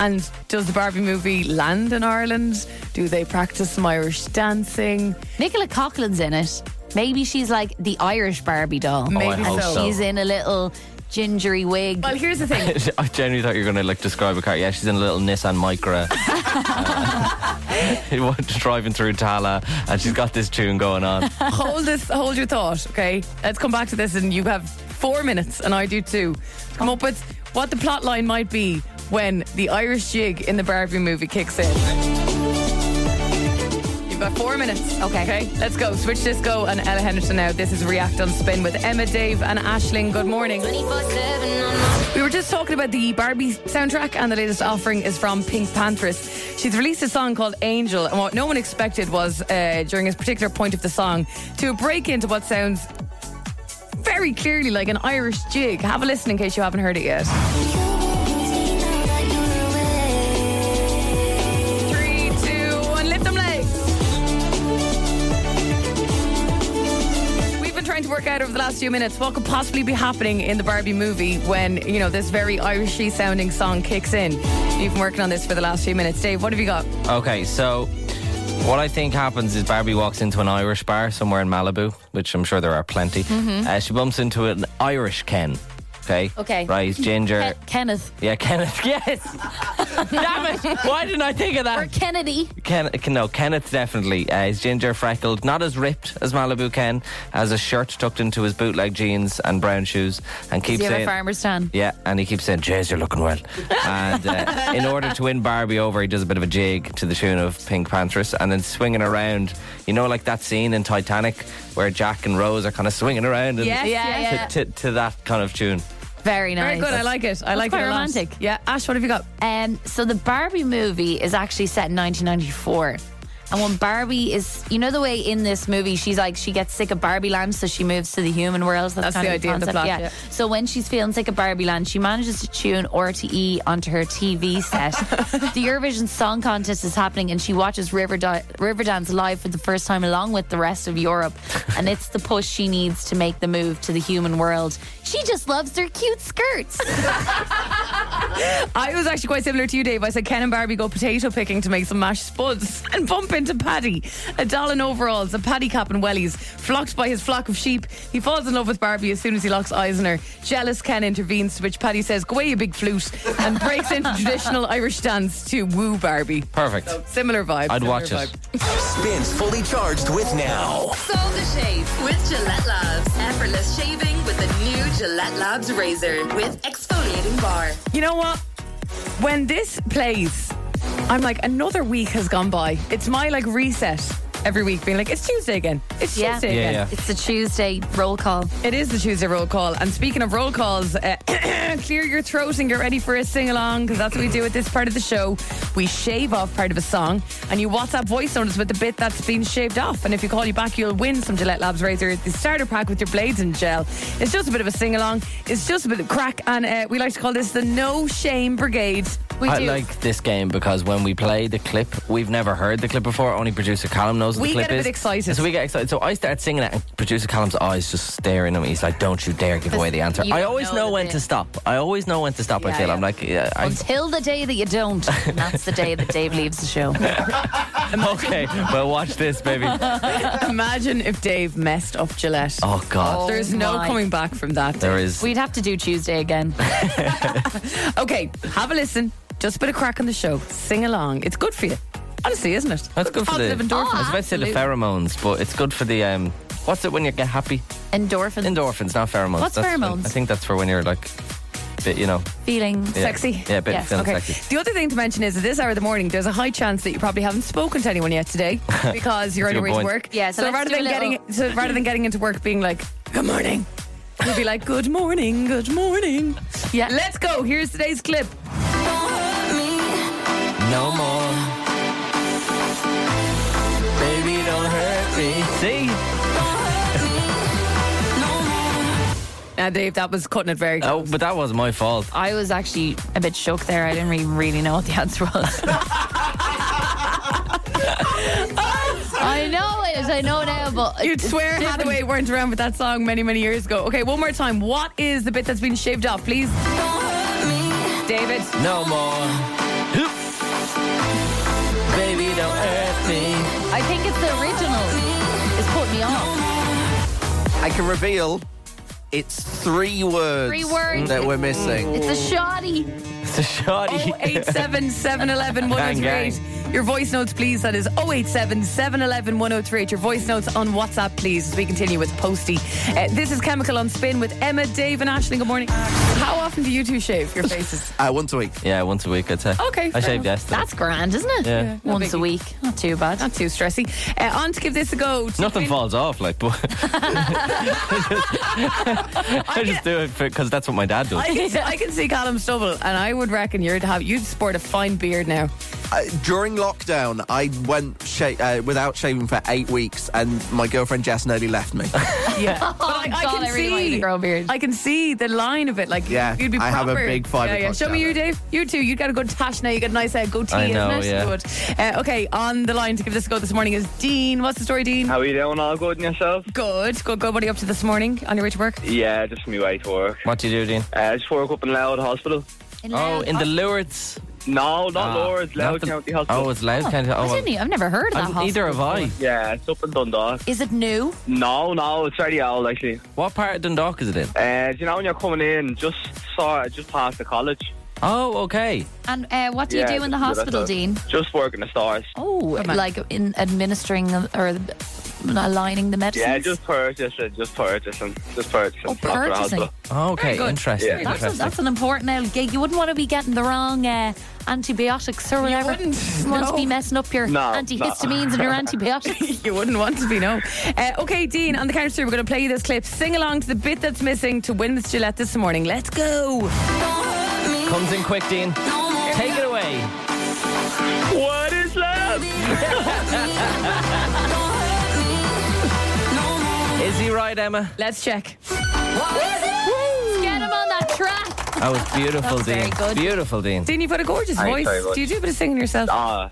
Speaker 5: And does the Barbie movie land in Ireland? Do they practice some Irish dancing?
Speaker 3: Nicola Coughlin's in it. Maybe she's like the Irish Barbie doll.
Speaker 5: Maybe
Speaker 4: Oh, I hope
Speaker 5: so.
Speaker 4: so.
Speaker 3: She's in a little gingery wig.
Speaker 5: Well, here's the thing.
Speaker 4: I genuinely thought you were going to like describe a car. Yeah, she's in a little Nissan Micra, uh, driving through Tala, and she's got this tune going on.
Speaker 5: hold this, hold your thought, okay? Let's come back to this, and you have four minutes, and I do too. Come up with what the plot line might be when the Irish jig in the Barbie movie kicks in. You've got four minutes. Okay. Okay, let's go. Switch disco and Ella Henderson now. This is React on Spin with Emma, Dave, and Ashling. Good morning. We were just talking about the Barbie soundtrack, and the latest offering is from Pink Panthers. She's released a song called Angel, and what no one expected was uh, during this particular point of the song to break into what sounds very clearly like an Irish jig. Have a listen in case you haven't heard it yet.
Speaker 7: You always knew that you were away.
Speaker 5: Three, two, one, lift them legs. We've been trying to work out over the last few minutes what could possibly be happening in the Barbie movie when, you know, this very Irishy sounding song kicks in. You've been working on this for the last few minutes. Dave, what have you got?
Speaker 4: Okay, so what I think happens is Barbie walks into an Irish bar somewhere in Malibu, which I'm sure there are plenty. Uh, she bumps into an Irish Ken. Okay.
Speaker 3: Okay.
Speaker 4: Right, he's ginger.
Speaker 3: Ke- Kenneth.
Speaker 4: Yeah, Kenneth. Yes. Damn it! Why didn't I think of that?
Speaker 3: Or Kennedy.
Speaker 4: Ken, Ken- no, Kenneth definitely. Uh, he's ginger, freckled, not as ripped as Malibu Ken, has a shirt tucked into his bootleg jeans and brown shoes, and keeps
Speaker 3: Do you have a
Speaker 4: saying,
Speaker 3: farmer's tan?
Speaker 4: "Yeah," and he keeps saying, "Jez, you're looking well." and uh, in order to win Barbie over, he does a bit of a jig to the tune of Pink Panthers, and then swinging around. You know, like that scene in Titanic where Jack and Rose are kind of swinging around. And
Speaker 5: Yes,
Speaker 3: Yeah,
Speaker 5: yes.
Speaker 3: yeah.
Speaker 4: To, to, to that kind of tune.
Speaker 3: Very nice.
Speaker 5: Very good. I like it. I
Speaker 3: That's
Speaker 5: like
Speaker 3: quite
Speaker 5: it a lot.
Speaker 3: romantic.
Speaker 5: Yeah. Ash, what have you got?
Speaker 3: Um, so the Barbie movie is actually set in 1994.
Speaker 8: And when Barbie is, you know, the way in this movie, she's like, she gets sick of Barbie land, so she moves to the human world.
Speaker 5: That's
Speaker 8: That's, kind
Speaker 5: the
Speaker 8: of
Speaker 5: idea of the plot,
Speaker 8: concept,
Speaker 5: yeah.
Speaker 8: So when she's feeling sick of Barbie land, she manages to tune RTE onto her TV set. the Eurovision Song Contest is happening, and she watches Riverda- Riverdance live for the first time, along with the rest of Europe. And it's the push she needs to make the move to the human world. She just loves their cute skirts.
Speaker 5: I was actually quite similar to you, Dave. I said Ken and Barbie go potato picking to make some mashed spuds and bump into Paddy, a doll in overalls, a paddy cap and wellies, flocked by his flock of sheep. He falls in love with Barbie as soon as he locks eyes on her. Jealous Ken intervenes, to which Paddy says, Go away, you big flute, and breaks into traditional Irish dance to woo Barbie.
Speaker 4: Perfect.
Speaker 5: Similar vibe.
Speaker 4: I'd
Speaker 5: similar
Speaker 4: watch it.
Speaker 5: vibe.
Speaker 1: Spins fully charged with now.
Speaker 2: Soul to shave with Gillette Labs. Effortless shaving with the new Gillette Labs razor with exfoliating bar.
Speaker 5: You know what? When this plays, I'm like, another week has gone by. It's my like reset every week, being like, it's Tuesday again. It's
Speaker 8: Yeah.
Speaker 5: Tuesday
Speaker 4: Yeah,
Speaker 5: again.
Speaker 4: yeah.
Speaker 8: it's a Tuesday roll call.
Speaker 5: It is the Tuesday roll call. And speaking of roll calls, uh, clear your throat and get ready for a sing along because that's what we do at this part of the show. We shave off part of a song and you WhatsApp voice notice with the bit that's been shaved off. And if you call you back, you'll win some Gillette Labs razor, the starter pack with your blades and gel. It's just a bit of a sing along, it's just a bit of crack. And uh, we like to call this the No Shame Brigade. We
Speaker 4: I
Speaker 5: do.
Speaker 4: like this game because when we play the clip, we've never heard the clip before. Only producer Callum knows what
Speaker 5: We
Speaker 4: the clip
Speaker 5: get a bit
Speaker 4: is.
Speaker 5: excited.
Speaker 4: So we get excited. So I start singing it, and producer Callum's eyes just staring at me. He's like, "Don't you dare give away the answer."
Speaker 8: you
Speaker 4: I always
Speaker 8: know
Speaker 4: know,
Speaker 8: that
Speaker 4: when
Speaker 8: they-
Speaker 4: to stop. I always know when to stop. I
Speaker 5: Yeah,
Speaker 4: feel
Speaker 5: yeah.
Speaker 4: I'm like, yeah, I,
Speaker 8: Until the day that you don't. And that's the day that Dave leaves the show.
Speaker 4: okay. Well, watch this, baby.
Speaker 5: Imagine if Dave messed up Gillette.
Speaker 4: Oh God,
Speaker 5: There's no
Speaker 8: my.
Speaker 5: coming back from that.
Speaker 4: there is.
Speaker 8: We'd have to do Tuesday again.
Speaker 5: Okay, have a listen. Just a bit of crack on the show. Sing along. It's good for you. Honestly, isn't it?
Speaker 4: That's good for the.
Speaker 5: Positive endorphins.
Speaker 4: I was about to say the
Speaker 5: absolutely.
Speaker 4: pheromones, but it's good for the. um What's it when you get happy?
Speaker 8: Endorphins.
Speaker 4: Endorphins, not pheromones.
Speaker 8: What's
Speaker 4: That's-
Speaker 8: pheromones?
Speaker 4: I think that's for when you're like, bit, you know,
Speaker 8: Feeling
Speaker 4: yeah.
Speaker 5: Sexy.
Speaker 4: Yeah, a bit
Speaker 8: Yes,
Speaker 4: feeling
Speaker 5: Okay.
Speaker 4: sexy.
Speaker 5: The other thing to mention is at this hour of the morning, there's a high chance that you probably haven't spoken to anyone yet today because you're on
Speaker 4: That's
Speaker 5: your
Speaker 4: a good
Speaker 5: way to
Speaker 4: point.
Speaker 5: work.
Speaker 8: Yeah, so let's
Speaker 5: rather
Speaker 8: do a
Speaker 5: than
Speaker 8: little-
Speaker 5: getting so rather than getting into work being like, "Good morning," you'll be like, "Good morning, good morning."
Speaker 8: Yeah.
Speaker 5: Let's go. Here's today's clip.
Speaker 4: No more. Baby, don't hurt me. See?
Speaker 5: Now, Uh, Dave, that was cutting it very.
Speaker 4: Oh, but that was my fault.
Speaker 8: I was actually a bit shook there. I didn't really, really know what the answer was. I know it. I know now, but
Speaker 5: You'd swear Hathaway weren't around with that song many, many years ago. Okay, one more time. What is the bit that's been shaved off, please? David.
Speaker 4: No more. Oop. Baby, don't hurt me.
Speaker 8: I think it's the original. It's put me off.
Speaker 6: I can reveal it's three words,
Speaker 8: Three words.
Speaker 6: that we're missing.
Speaker 8: It's a shoddy.
Speaker 4: It's a shoddy.
Speaker 5: Oh, 087 711 1038. Your voice notes, please. That is 087 711 1038. Your voice notes on WhatsApp, please, as we continue with Posty. Uh, this is Chemical on Spin with Emma, Dave, and Ashley. Good morning. How often do you two shave your faces?
Speaker 6: Uh, once a week.
Speaker 4: yeah, once a week, I'd say.
Speaker 5: Okay,
Speaker 4: I
Speaker 5: fair
Speaker 4: shaved yesterday.
Speaker 8: That's grand, isn't it?
Speaker 4: Yeah. Yeah,
Speaker 5: no
Speaker 8: Once a
Speaker 5: biggie.
Speaker 8: week. Not too bad.
Speaker 5: Not too stressy. Uh, on to give this a go. to
Speaker 4: Nothing
Speaker 5: win-
Speaker 4: falls off, like, but. I just do it because that's what my dad does.
Speaker 5: I can, I can see Callum Stubble, and I would reckon you'd have you'd sport a fine beard now.
Speaker 6: Uh, during lockdown, I went sha- uh, without shaving for eight weeks, and my girlfriend Jess nearly left me.
Speaker 5: Yeah, but
Speaker 8: Oh, God, I really wanted to grow a beard.
Speaker 5: I can see the line of it. Like,
Speaker 6: Yeah,
Speaker 5: you'd be.
Speaker 6: I
Speaker 5: Proper.
Speaker 6: have a big five
Speaker 5: Yeah, yeah.
Speaker 6: o'clock
Speaker 5: Show me
Speaker 6: shadow.
Speaker 5: you, Dave. You too. You got a good tash now. You got a nice uh, goatee.
Speaker 4: I
Speaker 5: isn't
Speaker 4: know,
Speaker 5: it?
Speaker 4: yeah.
Speaker 5: Good. Uh, okay, on the line to give this a go this morning is Dean. What's the story, Dean?
Speaker 9: How are you doing? All good and yourself?
Speaker 5: Good, good, good. What are you up to this morning on your way to work?
Speaker 9: Yeah, just on my way to work.
Speaker 4: What do you do, Dean?
Speaker 9: Uh, just woke up in Loud Hospital.
Speaker 4: Oh, in the Lourdes.
Speaker 9: No, not
Speaker 4: Ah,
Speaker 9: Lords, Loud
Speaker 4: not the-
Speaker 9: County
Speaker 4: Oh,
Speaker 9: Hospital.
Speaker 4: it's Loud County.
Speaker 8: I
Speaker 4: Oh, well,
Speaker 8: didn't. e- I've never heard of
Speaker 4: I
Speaker 8: that.
Speaker 4: didn't- either have I.
Speaker 8: hospital before.
Speaker 9: yeah, it's up in Dundalk.
Speaker 8: Is it new?
Speaker 9: No, no, it's very old actually.
Speaker 4: What part of Dundalk is it in?
Speaker 9: Uh, do you know when you're coming in, just sort of just past the college.
Speaker 4: Oh, okay.
Speaker 8: And uh, what do you
Speaker 9: Yeah,
Speaker 8: do in the
Speaker 9: yeah, that's
Speaker 8: hospital,
Speaker 9: it.
Speaker 8: Dean?
Speaker 9: Just working the stars.
Speaker 8: Oh,
Speaker 5: on.
Speaker 8: like in administering or aligning the medicines.
Speaker 9: Yeah, just purchasing, just purchasing, just purchasing.
Speaker 8: Oh,
Speaker 9: Not for the
Speaker 8: purchasing.
Speaker 9: hospital.
Speaker 4: Oh, Okay,
Speaker 5: good.
Speaker 4: interesting.
Speaker 9: Yeah.
Speaker 8: That's, a,
Speaker 4: interesting.
Speaker 8: that's an important old gig. You wouldn't want to be getting the wrong uh, antibiotics or whatever.
Speaker 5: wouldn't,
Speaker 8: You want to
Speaker 5: no.
Speaker 8: be messing up your
Speaker 9: No, no.
Speaker 8: antihistamines and your antibiotics.
Speaker 5: You wouldn't want to be, no. Uh, okay, Dean, on the count of three, we're going to play you this clip. Sing along to the bit that's missing to win this Gillette this morning. Let's go.
Speaker 4: Comes in quick, Dean. Take it away.
Speaker 9: What is love?
Speaker 4: Is he right, Emma?
Speaker 5: Let's check.
Speaker 8: Get him on that track.
Speaker 4: That was beautiful,
Speaker 8: That's very
Speaker 4: Dean.
Speaker 8: good.
Speaker 4: Beautiful, Dean.
Speaker 5: Dean, you've got a gorgeous
Speaker 9: Thanks
Speaker 5: voice.
Speaker 9: very much.
Speaker 5: Do you do a bit of singing yourself?
Speaker 9: Ah,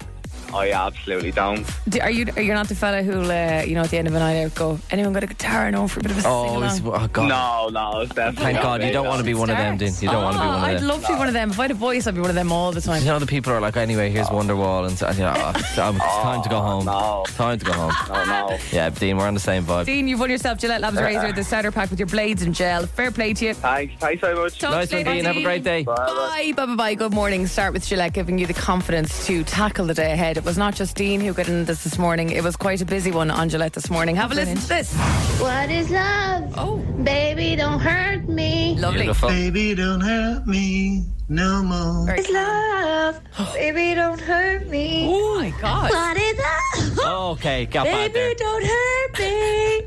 Speaker 9: I absolutely don't.
Speaker 5: Do, are you are you not the fella who'll uh, you know at the end of a night out go anyone got a guitar and for a bit of a
Speaker 4: Oh,
Speaker 5: sing-along?"
Speaker 4: he's- oh God.
Speaker 9: No, no, it's definitely.
Speaker 4: Thank
Speaker 9: not
Speaker 4: God,
Speaker 9: me,
Speaker 4: you don't
Speaker 9: no.
Speaker 4: want to be one of them, Dean. You don't want to be
Speaker 5: Oh,
Speaker 4: one of them.
Speaker 5: I'd love to be one of them. If I had a voice, I'd be one of them all the time.
Speaker 4: You know the people are like, anyway, here's Wonderwall, and so, you know, oh, it's um, it's time to go home.
Speaker 9: Oh. no.
Speaker 4: It's Time to go home.
Speaker 9: Oh, no.
Speaker 4: Yeah, Dean, we're on the same vibe.
Speaker 5: Dean, you've won yourself Gillette Labs razor, the starter pack with your blades and gel. Fair play to you.
Speaker 9: Thanks, thanks very much.
Speaker 5: Talk
Speaker 4: nice
Speaker 5: to you
Speaker 4: one,
Speaker 5: later,
Speaker 4: Dean. Have a great day.
Speaker 5: Bye, bye, bye, bye. Good morning. Start with Gillette giving you the confidence to tackle the day ahead. It was not just Dean who got in this this morning. It was quite a busy one on Gillette this morning. Have a listen to this.
Speaker 10: What is love?
Speaker 5: Oh,
Speaker 10: Baby, don't hurt me.
Speaker 5: lovely.
Speaker 4: Beautiful.
Speaker 11: Baby, don't hurt me no more.
Speaker 5: Very calm.
Speaker 10: Love, baby, don't hurt me.
Speaker 5: Oh my God.
Speaker 10: What is love?
Speaker 4: Oh, Okay, got back there.
Speaker 10: Baby, don't hurt me.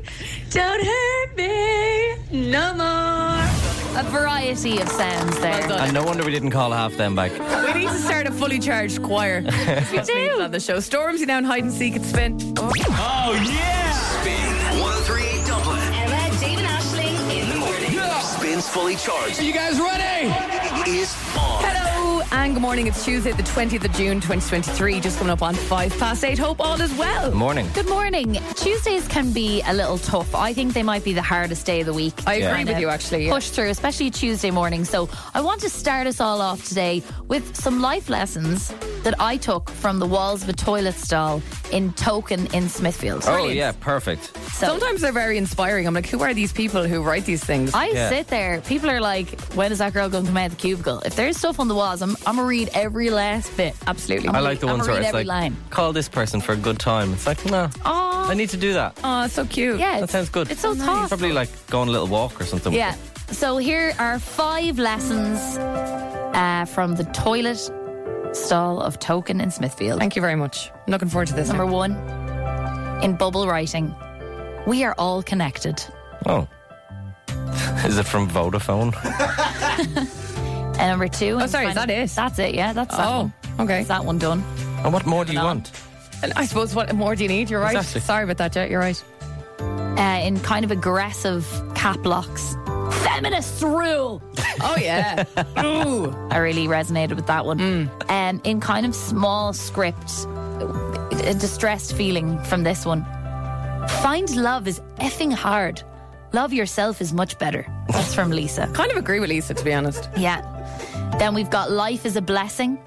Speaker 10: Don't hurt me no more.
Speaker 8: A variety of sounds there.
Speaker 4: And no wonder we didn't call half them back.
Speaker 5: We need to start a fully charged choir. we do. On the show, Stormzy down hide and seek at spin.
Speaker 1: Spin 1038 Dublin.
Speaker 2: Emma, Dave, and Ashling in the morning.
Speaker 1: Spins fully charged. Are you guys ready? Is on.
Speaker 5: Hello and good morning. It's Tuesday, the 20th of June, 2023. Just coming up on five past eight. Hope all is well.
Speaker 4: Morning.
Speaker 8: Good morning. Tuesdays can be a little tough. I think they might be the hardest day of the week.
Speaker 5: I
Speaker 4: Yeah.
Speaker 5: agree with you, actually.
Speaker 8: Push through, especially Tuesday morning. So I want to start us all off today with some life lessons that I took from the walls of a toilet stall in Token in Smithfield.
Speaker 4: Oh yeah, perfect.
Speaker 8: So
Speaker 5: Sometimes they're very inspiring. I'm like, who are these people who write these things?
Speaker 8: I
Speaker 4: Yeah.
Speaker 8: sit there. People are like, when is that girl going to come out of the cubicle? If there's stuff on the walls, I'm, I'm going to read every last bit.
Speaker 5: Absolutely.
Speaker 4: I like the
Speaker 8: I'm
Speaker 4: ones
Speaker 8: gonna
Speaker 4: where
Speaker 8: read
Speaker 4: it's
Speaker 8: every
Speaker 4: like,
Speaker 8: line.
Speaker 4: call this person for a good time. It's like, no,
Speaker 8: Oh,
Speaker 4: I need to do that.
Speaker 5: Oh, so cute.
Speaker 8: yeah.
Speaker 4: That
Speaker 8: it's-
Speaker 4: sounds good.
Speaker 8: It's so tough.
Speaker 4: Probably like go on a little walk or something.
Speaker 8: Yeah. So here are five lessons uh, from the toilet stall of Token in Smithfield.
Speaker 5: Thank you very much. I'm looking forward to this.
Speaker 8: Number one, in bubble writing, we are all connected.
Speaker 4: Oh. Is it from Vodafone?
Speaker 8: And number two,
Speaker 5: Oh, sorry, is that it?
Speaker 8: That's it. Yeah, that's that
Speaker 5: Oh,
Speaker 8: one.
Speaker 5: okay.
Speaker 8: That's that one done.
Speaker 4: and what more do you want?
Speaker 5: And I suppose what more do you need? You're right.
Speaker 4: Exactly.
Speaker 5: Sorry about that, Jet. You're right.
Speaker 8: Uh, in kind of aggressive cap locks, feminists rule.
Speaker 5: Oh, yeah. Ooh.
Speaker 8: I really resonated with that one.
Speaker 5: Mm.
Speaker 8: Um, in kind of small script, a distressed feeling from this one. Find love is effing hard. Love yourself is much better. That's from Lisa.
Speaker 5: Kind of agree with Lisa, to be honest.
Speaker 8: Yeah. Then we've got life is a blessing,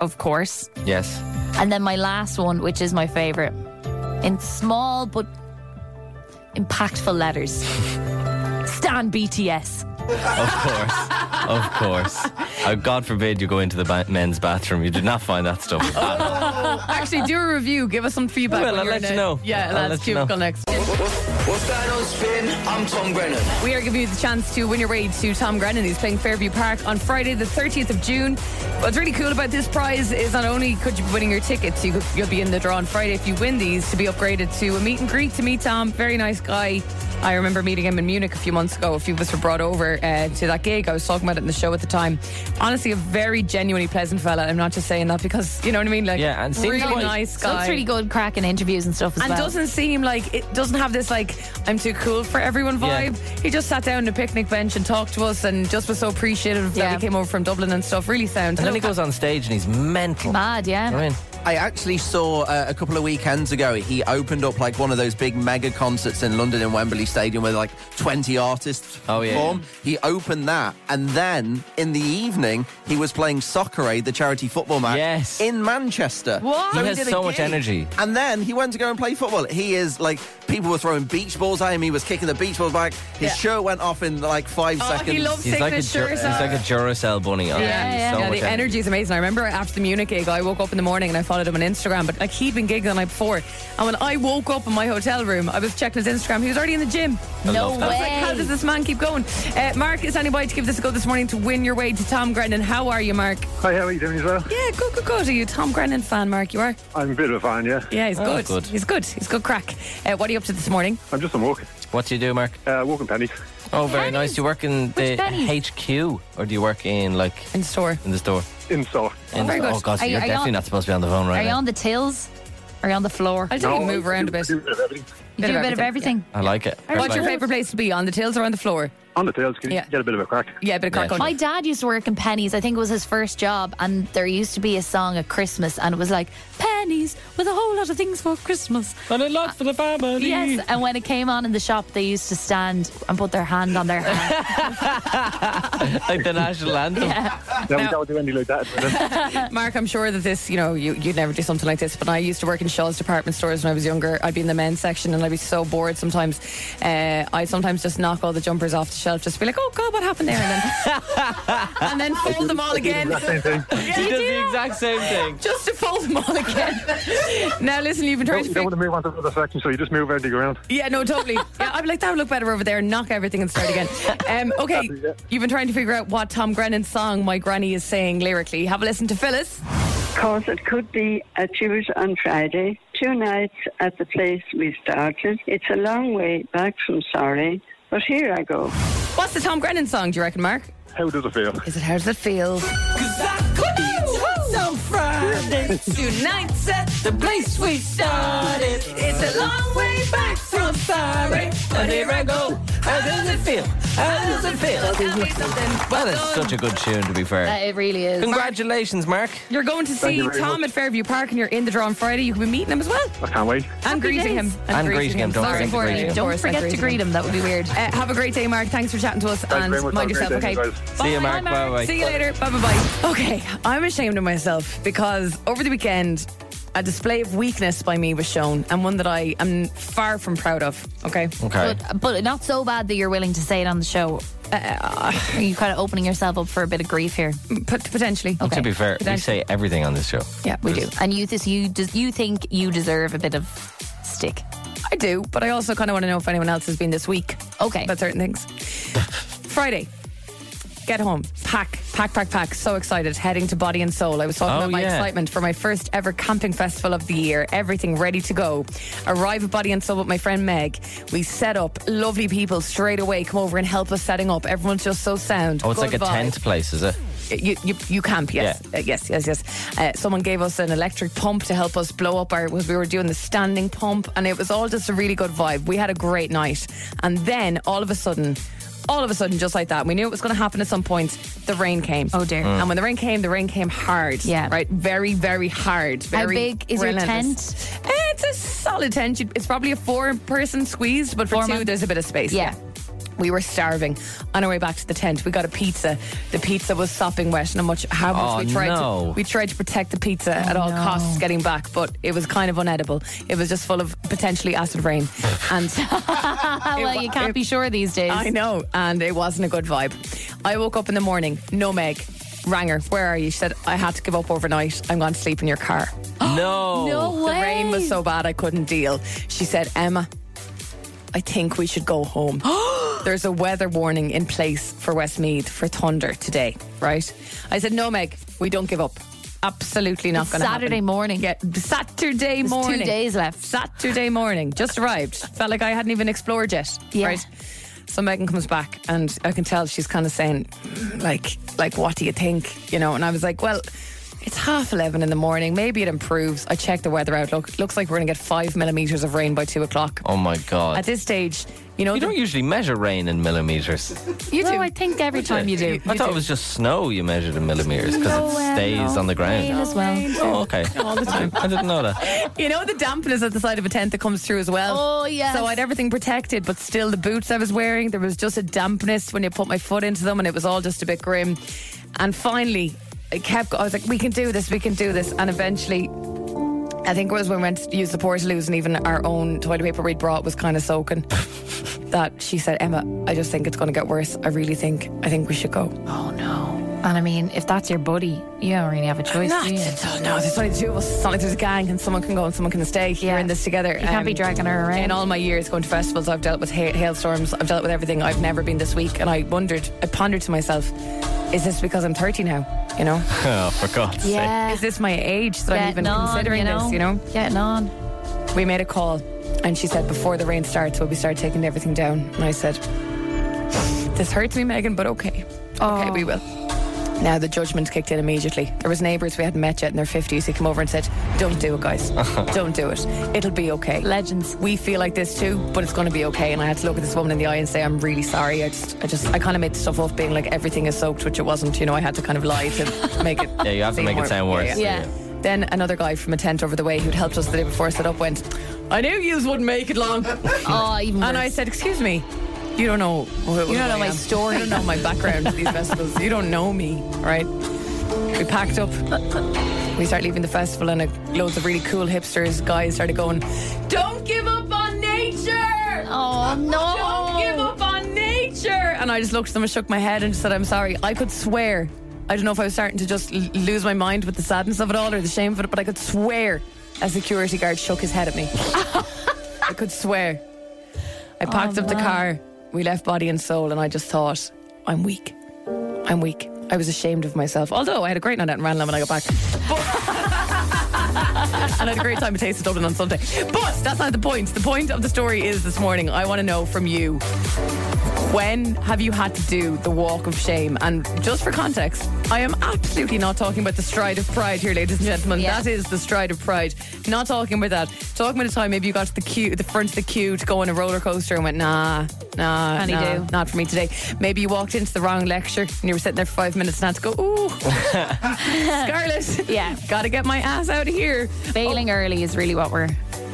Speaker 8: of course.
Speaker 4: Yes.
Speaker 8: And then my last one, which is my favorite, in small but impactful letters. Stand BTS.
Speaker 4: Of course. of course. Oh, God forbid you go into the ba- men's bathroom. You did not find that stuff.
Speaker 5: Actually, do a review. Give us some feedback.
Speaker 4: Well,
Speaker 5: when
Speaker 4: I'll
Speaker 5: you're
Speaker 4: let
Speaker 5: in
Speaker 4: you
Speaker 5: it.
Speaker 4: know.
Speaker 5: Yeah,
Speaker 4: I'll
Speaker 5: that's
Speaker 4: let you
Speaker 5: cubicle
Speaker 4: know.
Speaker 5: next.
Speaker 1: What's going on, Spin? I'm Tom Brennan.
Speaker 5: We are giving you the chance to win your way to Tom Grennan. He's playing Fairview Park on Friday, the 30th of June. What's really cool about this prize is not only could you be winning your tickets, you could, you'll be in the draw on Friday if you win these to be upgraded to a meet and greet to meet Tom. Very nice guy. I remember meeting him in Munich a few months ago. A few of us were brought over uh, to that gig. I was talking about it in the show at the time. Honestly, a very genuinely pleasant fella. I'm not just saying that because, you know what I mean? Like,
Speaker 4: Yeah, and seems
Speaker 5: really
Speaker 4: quite-
Speaker 5: nice
Speaker 8: So
Speaker 5: guy.
Speaker 8: it's really good crack in interviews and stuff as
Speaker 5: And
Speaker 8: well.
Speaker 5: doesn't seem like it doesn't have this like I'm too cool for everyone
Speaker 4: Yeah.
Speaker 5: vibe. He just sat down on a picnic bench and talked to us, and just was so appreciative
Speaker 8: Yeah.
Speaker 5: that we came over from Dublin and stuff. Really sound.
Speaker 4: And then he goes on stage and he's mental.
Speaker 8: Mad, yeah.
Speaker 5: Oh,
Speaker 4: I mean,
Speaker 6: I actually saw uh, a couple of weekends ago. He opened up like one of those big mega concerts in London in Wembley Stadium with like twenty artists
Speaker 4: Oh, yeah.
Speaker 6: perform. He opened that, and then in the evening he was playing Soccer Aid, the charity football match,
Speaker 4: Yes.
Speaker 6: in Manchester.
Speaker 4: What? He has
Speaker 6: Oh, did a
Speaker 4: so much
Speaker 6: gig,
Speaker 4: energy.
Speaker 6: And then he went to go and play football. He is like people were throwing beach balls at him. He was kicking the beach balls back. His
Speaker 5: Yeah.
Speaker 6: shirt went off in like five
Speaker 5: Oh, he
Speaker 6: seconds.
Speaker 5: loves
Speaker 4: he's
Speaker 5: Taking
Speaker 4: like a,
Speaker 5: his
Speaker 4: Dur-
Speaker 5: shirt
Speaker 4: he's
Speaker 5: off.
Speaker 4: like a Duracell bunny. Oh, Yeah,
Speaker 8: yeah.
Speaker 4: So
Speaker 5: yeah,
Speaker 4: much
Speaker 5: the energy is amazing. I remember after the Munich gig, I woke up in the morning and I followed him on Instagram. But like he'd been gigging the night before, and when I woke up in my hotel room, I was checking his Instagram. He was already in the gym.
Speaker 4: I
Speaker 8: no
Speaker 4: love that.
Speaker 5: I was like, how does
Speaker 8: way.
Speaker 5: this man keep going? Uh, Mark, is anybody to give this a go this morning to win your way to Tom Grennan? How are you, Mark?
Speaker 11: Hi, how are you doing as well?
Speaker 5: Yeah, good, good, good. Are you a Tom Grennan fan, Mark? You are?
Speaker 11: I'm a bit of a fan, yeah.
Speaker 5: Yeah, he's
Speaker 4: Oh,
Speaker 5: good.
Speaker 4: good.
Speaker 5: He's good. He's good crack. Uh, what are you up to this morning?
Speaker 11: I'm just on walk.
Speaker 4: What do you do, Mark?
Speaker 11: Uh, walking pennies.
Speaker 4: Oh, very nice. You work in the
Speaker 8: Which pennies?
Speaker 4: HQ, or do you work in like
Speaker 5: In store.
Speaker 4: in the store?
Speaker 11: In store.
Speaker 4: In
Speaker 5: very
Speaker 4: the,
Speaker 5: good.
Speaker 4: Oh God, so
Speaker 8: Are you-
Speaker 4: you're
Speaker 8: are you
Speaker 4: definitely
Speaker 8: on-
Speaker 4: not supposed to be on the phone
Speaker 8: Are
Speaker 4: right
Speaker 8: you
Speaker 4: now.
Speaker 8: on the tills? Are you on the floor?
Speaker 5: I think you move around a bit. You
Speaker 8: You do a bit of everything.
Speaker 4: I like it. I
Speaker 5: What's
Speaker 4: like
Speaker 5: your
Speaker 4: it.
Speaker 5: favourite place to be? On the tills or on the floor?
Speaker 11: On the tails, can you
Speaker 8: Yeah.
Speaker 11: get a bit of a crack?
Speaker 5: Yeah, a bit of crack.
Speaker 8: My dad used to work in pennies. I think it was his first job, and there used to be a song at Christmas, and it was like pennies with a whole lot of things for Christmas Mm.
Speaker 12: and a lot for the family.
Speaker 8: Yes, and when it came on in the shop, they used to stand and put their hand on their hand.
Speaker 4: like the national anthem.
Speaker 8: Yeah.
Speaker 11: Yeah, we don't do anything like that.
Speaker 5: Mark, I'm sure that this, you know, you, you'd never do something like this, but I used to work in Shaw's department stores when I was younger. I'd be in the men's section and I'd be so bored sometimes. Uh, I sometimes just knock all the jumpers off the shelf, just be like, oh God, what happened there? And then, and then fold them all again.
Speaker 4: He does the exact same thing.
Speaker 5: Just to fold them all again. now, listen, you've been trying
Speaker 11: don't,
Speaker 5: to
Speaker 11: you
Speaker 5: figure
Speaker 11: don't want to move on to another section, so you just move around the ground.
Speaker 5: Yeah, no, totally. Yeah, I'd be like, that would look better over there. Knock everything and start again. Um, okay, you've been trying to figure out what Tom Grennan song my granny is saying lyrically. Have a listen to Phyllis.
Speaker 13: course, it could be a Jews on Friday, two nights at the place we started. It's a long way back from Sorry, but here I go.
Speaker 5: What's the Tom Grennan song, do you reckon, Mark?
Speaker 11: How does it feel?
Speaker 5: Is it How Does It Feel?
Speaker 12: So Friday, two nights at the place we started. It's a long way back from sorry, but here I go. How does it feel? How does it feel? uh, Tell me something.
Speaker 4: That is such a good tune, to be fair.
Speaker 8: Uh, it really is.
Speaker 4: Congratulations, Mark.
Speaker 5: You're going to
Speaker 4: Thank
Speaker 5: see
Speaker 4: you very
Speaker 5: Tom
Speaker 4: much.
Speaker 5: at Fairview Park and you're in the draw on Friday. You can be meeting him as well.
Speaker 11: I can't wait.
Speaker 5: And greeting him.
Speaker 4: And greeting him, don't
Speaker 5: Sorry
Speaker 4: forget to
Speaker 5: for
Speaker 4: greet
Speaker 5: you.
Speaker 4: him.
Speaker 5: Of
Speaker 4: Don't
Speaker 5: course,
Speaker 4: forget
Speaker 5: and
Speaker 4: to
Speaker 5: greeting
Speaker 4: greet him,
Speaker 8: that would be weird.
Speaker 5: Uh, have a great day, Mark. Thanks for chatting to us
Speaker 4: Thanks
Speaker 5: and
Speaker 4: very much.
Speaker 5: mind
Speaker 4: Have a
Speaker 5: yourself,
Speaker 4: great
Speaker 5: okay?
Speaker 4: day, guys. See you, Mark. Bye-bye.
Speaker 5: See you later. Bye bye bye. Okay, I'm ashamed of myself because over the weekend, a display of weakness by me was shown and one that I am far from proud of, okay?
Speaker 4: Okay.
Speaker 8: But, but not so bad that you're willing to say it on the show. Uh, Are you kind of opening yourself up for a bit of grief here?
Speaker 5: potentially.
Speaker 4: And To be fair, we say everything on this show.
Speaker 5: Yeah,
Speaker 8: we do. And you, this, you, des- you think you deserve a bit of stick.
Speaker 5: I do, but I also kind of want to know if anyone else has been this week.
Speaker 8: Okay.
Speaker 5: About certain things. Friday. Get home. Pack, pack, pack, pack. So excited. Heading to Body and Soul. I was talking
Speaker 12: Oh,
Speaker 5: about my
Speaker 12: yeah.
Speaker 5: excitement for my first ever camping festival of the year. Everything ready to go. Arrive at Body and Soul with my friend Meg. We set up. Lovely people straight away come over and help us setting up. Everyone's just so sound.
Speaker 4: Oh, it's
Speaker 5: Good
Speaker 4: like a
Speaker 5: vibe
Speaker 4: tent place, is it?
Speaker 5: you, you, you camp, yes. Uh, yes, yes, yes. Uh, someone gave us an electric pump to help us blow up our, because we were doing the standing pump, and it was all just a really good vibe. We had a great night. And then all of a sudden, all of a sudden, just like that, we knew it was going to happen at some point. The rain came. Oh
Speaker 8: dear!
Speaker 12: Mm.
Speaker 5: And when the rain came, the rain came hard. Yeah, right. Very, very hard.
Speaker 8: How
Speaker 5: Very
Speaker 8: big is your
Speaker 5: relentless. Eh, It's a solid tent. You'd- It's probably a four-person squeeze, but for two, there's a bit of space. Yeah. We were starving. On our way back to the tent, we got a pizza. The pizza was sopping wet, and how much how much
Speaker 12: Oh,
Speaker 5: we tried
Speaker 12: no.
Speaker 5: to we tried to protect the pizza at all costs getting back, but it was kind of unedible. It was just full of potentially acid rain, and
Speaker 8: Well, you can't be sure these days.
Speaker 5: I know, and it wasn't a good vibe. I woke up in the morning, no Meg, rang her. Where are you? She said I had to give up overnight. I'm going to sleep in your car.
Speaker 4: no,
Speaker 5: The rain was so bad I Oh, couldn't deal. She said, Emma, I think we should go home. There's a weather warning in place for Westmead for thunder today, right? I said, No, Meg, we don't give up. Absolutely not
Speaker 8: It's
Speaker 5: going to
Speaker 8: Saturday
Speaker 5: morning. Yeah, Saturday
Speaker 8: There's two
Speaker 5: morning.
Speaker 8: days left.
Speaker 5: Saturday morning. Just arrived. Felt like I hadn't even explored yet. Right. So Megan comes back and I can tell she's kind of saying, like, like, what do you think? You know, and I was like, well, it's half 11 in the morning. Maybe it improves. I checked the weather outlook. Looks like we're going to get five millimetres of rain by two o'clock.
Speaker 4: Oh my god.
Speaker 5: At this stage, you know,
Speaker 4: you
Speaker 5: the-
Speaker 4: don't usually measure rain in millimeters.
Speaker 5: you
Speaker 8: Oh,
Speaker 5: do. I think every
Speaker 8: time you do.
Speaker 4: I thought it was just snow you measured in millimeters because
Speaker 5: No,
Speaker 4: it
Speaker 5: uh,
Speaker 4: stays
Speaker 5: no.
Speaker 4: on the ground.
Speaker 5: Rain as well.
Speaker 4: Oh, okay.
Speaker 5: All the time.
Speaker 4: I didn't know that.
Speaker 5: you know the dampness at the side of a tent that comes through as well.
Speaker 8: Oh, yes.
Speaker 5: So I had everything protected, but still the boots I was wearing, there was just a dampness when you put my foot into them, and it was all just a bit grim. And finally, it kept. go- I was like, we can do this, we can do this, and eventually. I think it was when we went to use the portaloos and even our own toilet paper we'd brought was kind of soaking. that she said, Emma, I just think it's going to get worse. I really think, I think we should go. Oh no.
Speaker 8: And I mean, if that's your buddy, you don't really have a choice.
Speaker 5: Not-
Speaker 8: do you?
Speaker 5: No, there's only two of us. It's not like there's a gang and someone can go and someone can stay. We're in this together. You
Speaker 8: can't be dragging her around.
Speaker 5: In all my years going to festivals, I've dealt with ha- hailstorms. I've dealt with everything. I've never been this weak, and I wondered, I pondered to myself, is this because I'm 30 now? You know.
Speaker 4: Oh, for God's
Speaker 5: Is this my age that I'm even
Speaker 8: Getting on,
Speaker 5: considering
Speaker 8: you know?
Speaker 5: this? You know.
Speaker 8: Getting on.
Speaker 5: We made a call, and she said before the rain starts, will we start taking everything
Speaker 4: Oh.
Speaker 5: down? And I said, this hurts me, Megan, but okay. Okay, we will. Now the judgment kicked in immediately. There was neighbours we hadn't met yet in their 50s who came over and said, don't do it, guys. don't do it. It'll be okay. Legends. We feel like this too, but it's going to be okay. And I had to look at this woman in the eye and say, I'm really sorry. I just, I just, I kind of made stuff up being like everything is soaked, which it wasn't. You know, I had to kind of lie to make it.
Speaker 4: Yeah, you have to
Speaker 5: seem
Speaker 4: make it
Speaker 5: more-
Speaker 4: sound worse.
Speaker 5: yeah.
Speaker 4: Yeah.
Speaker 5: Then another guy from a tent over the way who'd helped us the day before set up went, I knew yous wouldn't make it long. oh, even and I said, Excuse me, you don't know who,
Speaker 8: You don't know my story.
Speaker 5: You don't know my background to these festivals. You don't know me, right? We packed up. We started leaving the festival, and uh, loads of really cool hipsters guys started going, Don't give up on nature!
Speaker 8: Oh, no.
Speaker 5: Don't give up on nature! And I just looked at them and shook my head and just said, I'm sorry. I could swear. I don't know if I was starting to just l- lose my mind with the sadness of it all or the shame of it, but I could swear a security guard shook his head at me. I could swear. I packed up the car. We left body and soul, and I just thought, I'm weak. I'm weak. I was ashamed of myself. Although I had a great night out in Ranelagh when I got back. and I had a great time at Taste of Dublin on Sunday. But that's not the point. The point of the story is this morning, I want to know from you when have you had to do the walk of shame? And just for context, I am absolutely not talking about the stride of pride here, ladies and gentlemen. That is the stride of pride. Not talking about that. Talking about a time maybe you got to the queue, the front of the queue to go on a roller coaster and went, nah, nah,
Speaker 8: Honey
Speaker 5: Uh, nah,
Speaker 8: do.
Speaker 5: not for me today. Maybe you walked into the wrong lecture and you were sitting there for five minutes and had to go, ooh. Scarlett. Yeah. Got to get my ass out of here. Bailing early is really what we're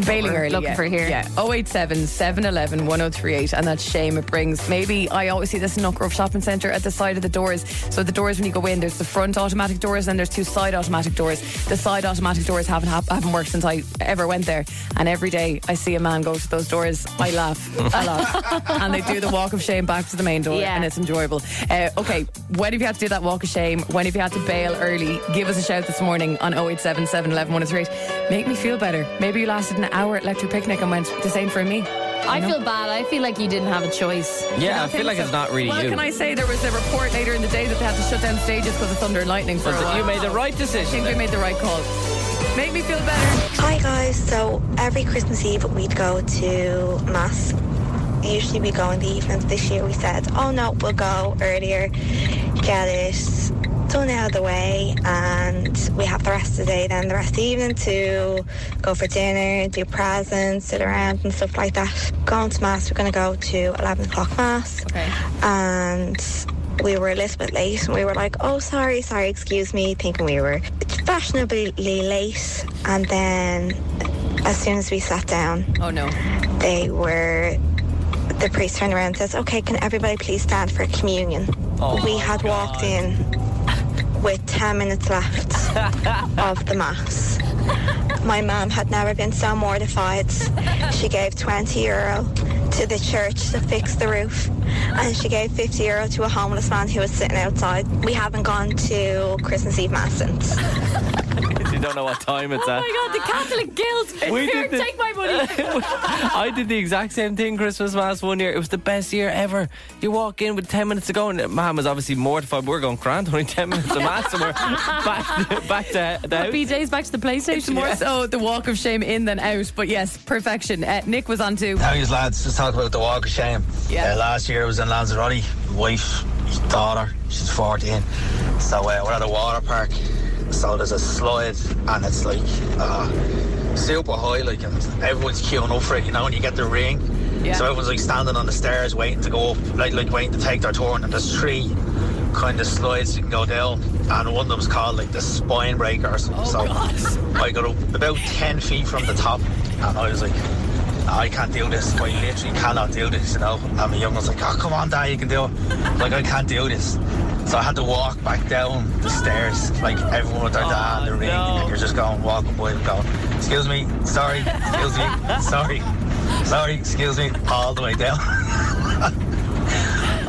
Speaker 5: bailing
Speaker 8: we're
Speaker 5: early.
Speaker 8: looking
Speaker 5: yeah.
Speaker 8: for here.
Speaker 5: Yeah. 087 711 1038. And that shame it brings. Maybe I always see this in Knockgrove Shopping Centre at the side of the doors. So the doors when you go in, there's the front automatic doors and there's two side automatic doors. The side automatic doors haven't hap- haven't worked since I ever went there. And every day I see a man go to those doors, I laugh. I laugh. and they do the walk of shame back to the main door
Speaker 8: Yeah.
Speaker 5: and it's enjoyable. Uh, okay, when have you had to do that walk of shame? When have you had to bail early? Give us a shout this morning on 087 711 103. Make me feel better. Maybe you lasted an hour at Electric Picnic and went, this ain't for me.
Speaker 8: I feel bad. I feel like you didn't have a choice.
Speaker 4: Yeah, I feel like it's not really
Speaker 5: Well,
Speaker 4: you.
Speaker 5: can I say there was a report later in the day that they had to shut down stages because of thunder and lightning for
Speaker 4: But
Speaker 5: a while.
Speaker 4: you made the right
Speaker 5: I
Speaker 4: decision.
Speaker 5: think we
Speaker 4: there.
Speaker 5: made the right call. Make me feel better.
Speaker 14: Hi guys, so every Christmas Eve we'd go to Mass. Usually we go in the evenings. This year we said, oh no, we'll go earlier, get it done out of the way, and we have the rest of the day, then the rest of the evening to go for dinner, do presents, sit around and stuff like that. Going to Mass, we're going to go to 11 o'clock Mass. Okay. And we were a little bit late and we were like, oh, sorry, sorry, excuse me, thinking we were fashionably late. And then as soon as we sat down,
Speaker 5: oh no,
Speaker 14: they were, the priest turned around and says, okay, can everybody please stand for communion?
Speaker 15: Oh,
Speaker 14: we had walked in with 10 minutes left of the mass. My mum had never been so mortified. She gave 20 euro to the church to fix the roof, and she gave 50 euro to a homeless man who was sitting outside. We haven't gone to Christmas Eve mass since.
Speaker 4: you don't know what time it's at.
Speaker 8: Oh God, the Catholic guilt.
Speaker 4: We
Speaker 8: Here,
Speaker 4: did the-
Speaker 8: take my money.
Speaker 4: I did the exact same thing Christmas Mass one year. It was the best year ever. You walk in with 10 minutes to go, and Mom was obviously mortified. We're going grand, only 10 minutes to Mass, and we're back, back to the house.
Speaker 5: BJ's back to the PlayStation. It's more
Speaker 4: Yeah.
Speaker 5: so Oh, the walk of shame in than out, but yes, perfection. Uh, Nick was on to.
Speaker 16: How yous lads? Let's talk about the walk of shame. Yeah. last year I was in Lanzarote. My wife, his daughter, she's 14. So uh, we're at a water park. So there's a slide and it's like uh, super high, like and everyone's queuing up for it, you know, and you get the ring.
Speaker 17: Yeah.
Speaker 16: So everyone's like standing on the stairs waiting to go up, like, like waiting to take their turn. And there's three kind of slides you can go down. And one of them's called like the spine breaker or something. so I got up about 10 feet from the top and I was like, I can't do this. I literally cannot do this, you know. And my young was like, oh, come on, Dad, you can do it. Like, I can't do this. So I had to walk back down the stairs, like everyone with their dad in the ring, and you're just going, walking by and going, excuse me, sorry, excuse me, sorry, sorry, excuse me, all the way down.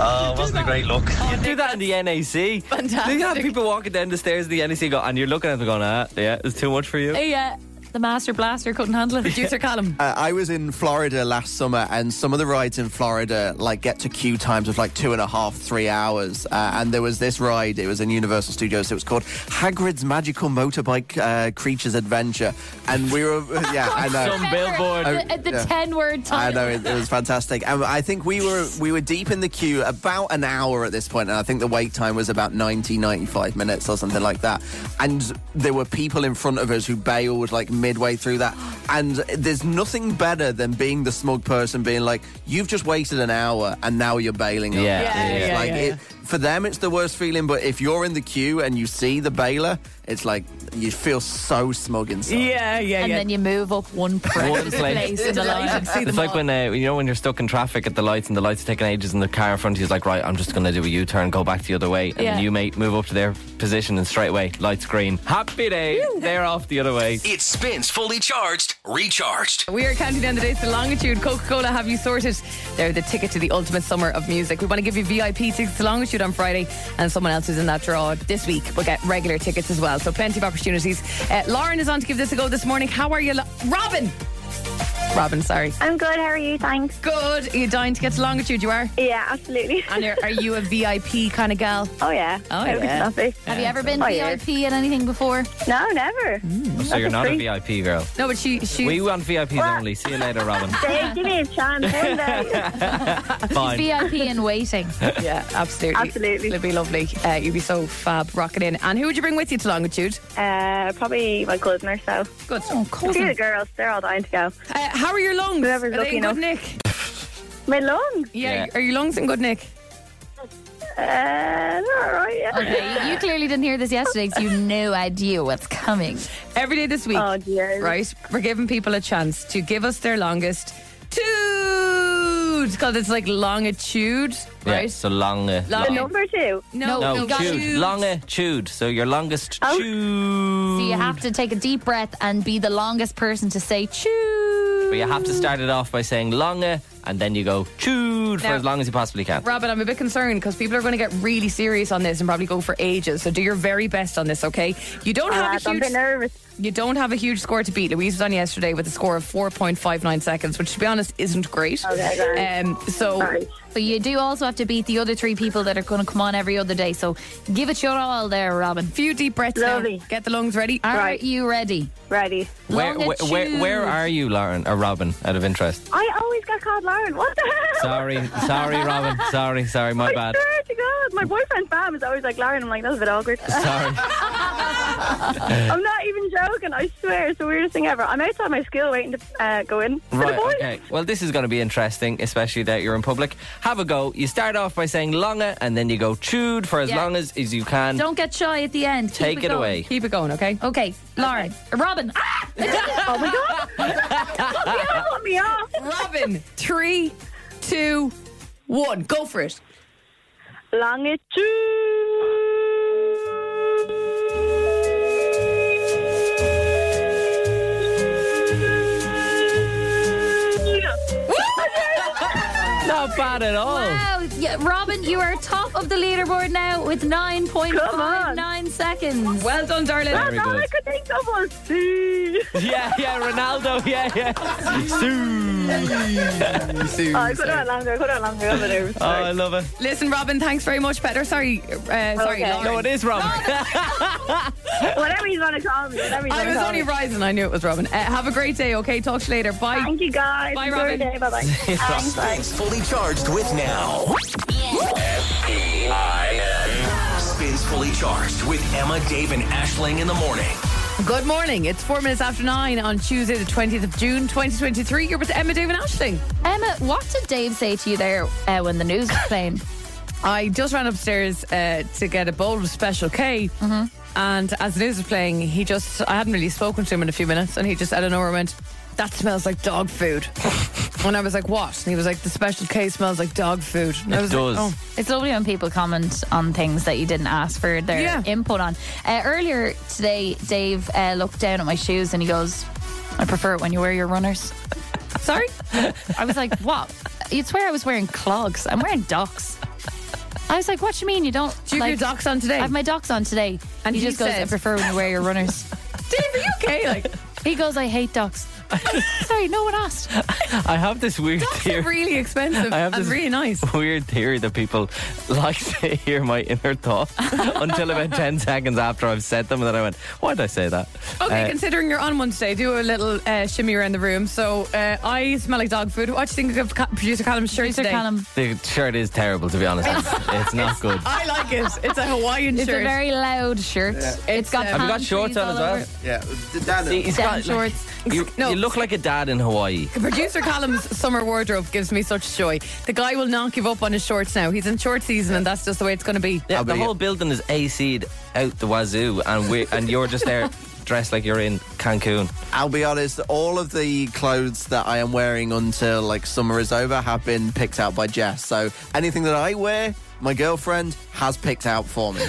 Speaker 16: Oh, it wasn't a great look.
Speaker 4: You do that in the NAC. Fantastic. You have people walking down the stairs in the NAC go, and you're looking at them going, ah, yeah, it's too much for you.
Speaker 8: yeah. The master blaster couldn't handle it. Producer Column.
Speaker 6: Uh, I was in Florida last summer, and some of the rides in Florida like get to queue times of like two and a half, three hours. Uh, and there was this ride; it was in Universal Studios. It was called Hagrid's Magical Motorbike uh, Creatures Adventure, and we were uh, yeah, I know
Speaker 4: Some billboard.
Speaker 6: Oh,
Speaker 8: At the
Speaker 6: yeah.
Speaker 8: 10 word
Speaker 6: I
Speaker 8: time.
Speaker 6: know it, it was fantastic, and I think we were we were deep in the queue about an hour at this point, and I think the wait time was about 90, 95 minutes or something like that. And there were people in front of us who bailed like midway through that. And there's nothing better than being the smug person, being like, "You've just waited an hour, and now you're bailing." on
Speaker 4: Yeah,
Speaker 6: us."
Speaker 4: yeah,
Speaker 6: It's
Speaker 4: yeah,
Speaker 6: like
Speaker 4: yeah,
Speaker 6: it- for them, it's the worst feeling. But if you're in the queue and you see the bailer, it's like you feel so smug inside.
Speaker 8: yeah, and then you move up one place,
Speaker 4: One place.
Speaker 8: place in the line.
Speaker 4: It's like when uh, you know when you're stuck in traffic at the lights and the lights are taking ages and the car in front of you is like, right, I'm just going to do a U-turn, go back the other way, and
Speaker 1: Yeah.
Speaker 4: you mate move up to their position and straight away lights green, happy day, they're off the other way.
Speaker 1: It spins fully charged, recharged.
Speaker 5: We are counting down the days to Longitude. Coca Cola, have you sorted? They're the ticket to the ultimate summer of music. We want to give you VIP tickets to Longitude on Friday, and someone else who's in that draw this week will get regular tickets as well. So plenty of opportunities. Uh, Lauren is on to give this a go this morning. How are you, Lo- Robin? Robin, sorry.
Speaker 18: I'm good. How are you? Thanks.
Speaker 5: Good. Are you dying to get to Longitude? You are?
Speaker 18: Yeah, absolutely.
Speaker 5: And are, are you a VIP kind of gal?
Speaker 18: Oh, yeah.
Speaker 5: Oh,
Speaker 18: I would
Speaker 5: yeah.
Speaker 18: love it.
Speaker 8: Have you ever been
Speaker 18: Oh, yeah.
Speaker 8: VIP at anything before?
Speaker 18: No, never.
Speaker 4: So you're not a VIP girl.
Speaker 5: No, but she she.
Speaker 4: We want VIPs only. See you later, Robin.
Speaker 18: Dave, give me a chance. One day.
Speaker 4: Fine.
Speaker 8: VIP in waiting.
Speaker 5: yeah, absolutely. Absolutely. It'd be lovely. Uh, you'd be so fab rocking in. And who would you bring with you to Longitude?
Speaker 18: Uh, probably my cousin or so.
Speaker 5: Good.
Speaker 18: A
Speaker 8: Hmm.
Speaker 18: few of the girls, they're all dying to go.
Speaker 5: Uh, how are your lungs?
Speaker 18: Whoever's
Speaker 5: Are
Speaker 18: lucky
Speaker 5: they in
Speaker 18: enough.
Speaker 5: good nick?
Speaker 18: My lungs?
Speaker 5: Yeah, are your lungs in good nick?
Speaker 18: Uh, all right, yeah.
Speaker 8: Okay, you clearly didn't hear this yesterday because you had no idea what's coming.
Speaker 5: Every day this week. Oh,
Speaker 18: dear.
Speaker 5: Right? We're giving people a chance to give us their longest tude. Because it's like longitude,
Speaker 4: Yeah,
Speaker 5: right?
Speaker 4: so long. Uh,
Speaker 5: Long-
Speaker 4: long.
Speaker 18: two.
Speaker 5: No,
Speaker 4: no,
Speaker 5: no,
Speaker 4: chewed. Longitude. So your longest
Speaker 5: Oh.
Speaker 4: chewed.
Speaker 8: So you have to take a deep breath and be the longest person to say choo.
Speaker 4: But you have to start it off by saying longa, and then you go chewed for
Speaker 5: Now-
Speaker 4: as long as you possibly can.
Speaker 5: Robin, I'm a bit concerned because people are going to get really serious on this and probably go for ages. So do your very best on this, okay? You don't have
Speaker 18: Ah,
Speaker 5: a
Speaker 18: don't
Speaker 5: huge.
Speaker 18: be nervous.
Speaker 5: You don't have a huge score to beat. Louise was on yesterday with a score of 4.59 seconds, which, to be honest, isn't great.
Speaker 8: Okay,
Speaker 5: um, so,
Speaker 8: So you do also have to beat the other three people that are going to come on every other day. So give it your all there, Robin.
Speaker 5: Few deep breaths.
Speaker 8: Lovely.
Speaker 5: Get the lungs ready.
Speaker 8: Are
Speaker 5: Right.
Speaker 8: you ready?
Speaker 18: Ready.
Speaker 4: Where, where, where, where are you, Lauren or Robin? Out of interest.
Speaker 18: I always got called Lauren. What the hell?
Speaker 4: Sorry, sorry, Robin. Sorry, sorry, my bad.
Speaker 18: Swear to God, my boyfriend's mom is always like Lauren. I'm like, that's a bit awkward.
Speaker 4: Sorry.
Speaker 18: I'm not even joking. I swear, it's the weirdest thing ever. I'm outside my school waiting to uh, go in. for the
Speaker 4: Right,
Speaker 18: boys.
Speaker 4: okay. Well, this is going to be interesting, especially that you're in public. Have a go. You start off by saying longa, and then you go chewed for as
Speaker 8: Yeah.
Speaker 4: long as, as you can.
Speaker 8: Don't get shy at the end.
Speaker 4: Take it
Speaker 8: going.
Speaker 4: away.
Speaker 5: Keep it going, okay?
Speaker 8: Okay, Lauren. Robin. Ah!
Speaker 18: oh my God. Put me off.
Speaker 5: Robin, three, two, one. Go for it.
Speaker 18: Longitude.
Speaker 4: Not bad at all.
Speaker 8: Wow, yeah, Robin, you are top of the leaderboard now with 9.59 seconds.
Speaker 5: Well done, darling.
Speaker 4: Very That's all good. I
Speaker 18: could think of was see.
Speaker 4: Yeah, yeah, Ronaldo. Yeah, yeah. Sue.
Speaker 18: Oh, I could have longer. I could have longer. I'm nervous.
Speaker 5: Uh.
Speaker 4: Oh, I love it.
Speaker 5: Listen, Robin, thanks very much. Better. Sorry, uh, sorry.
Speaker 18: Okay.
Speaker 5: Lauren.
Speaker 18: No, it
Speaker 4: is Robin.
Speaker 18: Whatever you want to call me. Whatever you
Speaker 5: I was only rising. I knew it was Robin. Uh, have a great day. Okay, talk to you later. Bye. Thank
Speaker 18: you guys.
Speaker 5: Bye,
Speaker 18: Enjoy your
Speaker 5: Robin.
Speaker 18: day. Bye-bye.
Speaker 4: Thanks,
Speaker 1: Spins fully charged with now. S-P-I-N. Spins fully charged with Emma, Dave, and Ashling in the morning.
Speaker 5: Good morning. It's four minutes after nine on Tuesday, the twentieth of June, twenty twenty-three. You're with Emma, Dave, and Ashling.
Speaker 8: Emma, what did Dave say to you there uh, when the news was playing?
Speaker 5: I just ran upstairs uh, to get a bowl of Special K. And as the news was playing, he just, I hadn't really spoken to him in a few minutes. And he just, out of nowhere, went, That smells like dog food. and I was like, What? And he was like, The Special K smells like dog food. And I was like, "Oh."
Speaker 8: It's lovely when people comment on things that you didn't ask for their input on. Uh, earlier today, Dave uh, looked down at my shoes and he goes, I prefer it when you wear your runners.
Speaker 5: "Oh, Sorry?
Speaker 8: I was like, what? You'd swear I was wearing clogs. I'm wearing docks. I was like, what do you mean you don't?
Speaker 5: Do you have your docks on today?
Speaker 8: I have my docks on today.
Speaker 5: And
Speaker 8: he,
Speaker 5: he
Speaker 8: just goes, I
Speaker 5: said-
Speaker 8: prefer when you wear your runners.
Speaker 5: Dave, are you okay? Like,
Speaker 8: He goes, I hate dogs. Sorry, no one asked.
Speaker 4: I have this weird theory.
Speaker 5: really expensive
Speaker 4: I have
Speaker 5: and
Speaker 4: this
Speaker 5: really nice.
Speaker 4: Weird theory that people like to hear my inner thoughts until about 10 seconds after I've said them. And then I went, why did I say that?
Speaker 5: Okay,
Speaker 4: Uh,
Speaker 5: considering you're on one today, do a little uh, shimmy around the room. So uh, I smell like dog food. What do you think of Ca- producer Callum's shirt today?
Speaker 4: the shirt is terrible, to be honest. It's, it's not good.
Speaker 5: I like it. It's a Hawaiian
Speaker 8: It's a
Speaker 5: shirt.
Speaker 8: very loud shirt.
Speaker 4: Yeah.
Speaker 8: It's got.
Speaker 4: Have you got
Speaker 8: palm
Speaker 4: shorts
Speaker 8: trees
Speaker 4: on
Speaker 8: all
Speaker 4: as well?
Speaker 8: over
Speaker 6: Yeah,
Speaker 4: See, he's got,
Speaker 5: Down
Speaker 4: like,
Speaker 5: shorts.
Speaker 4: you, you look like a dad in Hawaii.
Speaker 5: Producer Callum's summer wardrobe gives me such joy. The guy will not give up on his shorts now. He's in short season, and that's just the way it's going to be.
Speaker 4: Yeah, the whole building is AC'd out the wazoo, and we and you're just there dressed like you're in Cancun.
Speaker 6: I'll be honest, all of the clothes that I am wearing until like summer is over have been picked out by Jess. So anything that I wear, my girlfriend has picked out for me.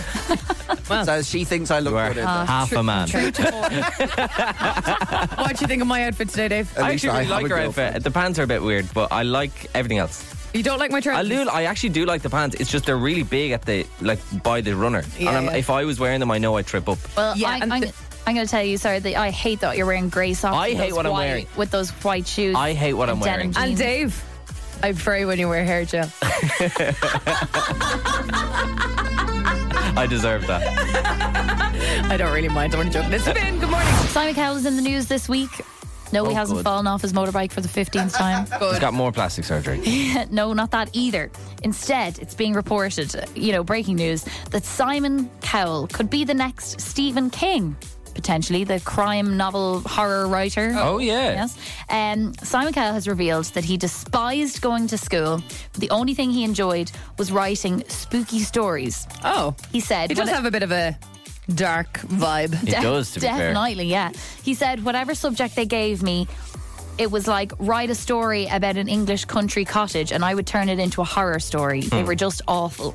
Speaker 6: so she thinks I look good. in
Speaker 8: Ah.
Speaker 6: them.
Speaker 4: half a man.
Speaker 5: True to form. what do you think of my outfit today, Dave?
Speaker 4: I actually really like her outfit. The pants are a bit weird, but I like everything else.
Speaker 5: You don't like my
Speaker 4: I,
Speaker 5: trousers?
Speaker 4: do, I actually do like the pants. It's just they're really big at the like by the runner.
Speaker 8: Yeah,
Speaker 4: and I'm,
Speaker 8: yeah.
Speaker 4: if I was wearing them, I know I'd trip up.
Speaker 8: Well, I, I'm, I'm going to tell you, sorry, that I hate that you're wearing grey socks.
Speaker 4: I
Speaker 8: with
Speaker 4: hate
Speaker 8: those
Speaker 4: what I'm
Speaker 8: white-
Speaker 4: wearing.
Speaker 8: With those white shoes.
Speaker 4: I hate what I'm
Speaker 8: and
Speaker 4: wearing.
Speaker 8: denim jeans.
Speaker 5: And Dave, I pray when you wear hair gel.
Speaker 4: I deserve that.
Speaker 5: I don't really mind. I want to joke. It's been good morning.
Speaker 8: Simon Cowell is in the news this week. No, he
Speaker 4: Oh,
Speaker 8: hasn't
Speaker 4: good.
Speaker 8: fallen off his motorbike for the 15th time.
Speaker 4: He's got more plastic surgery.
Speaker 8: no, not that either. Instead, it's being reported, you know, breaking news, that Simon Cowell could be the next Stephen King. Potentially, the crime novel horror writer.
Speaker 4: Oh, yeah.
Speaker 8: Yes. Um, Simon Cowell has revealed that he despised going to school. The only thing he enjoyed was writing spooky stories.
Speaker 5: Oh.
Speaker 8: He said.
Speaker 5: He
Speaker 8: "When
Speaker 5: does
Speaker 8: it-
Speaker 5: have a bit of a dark vibe.
Speaker 4: He does, to be fair.
Speaker 8: definitely, yeah. He said, whatever subject they gave me, it was like write a story about an English country cottage, and I would turn it into a horror story. They
Speaker 4: Hmm.
Speaker 8: were just awful.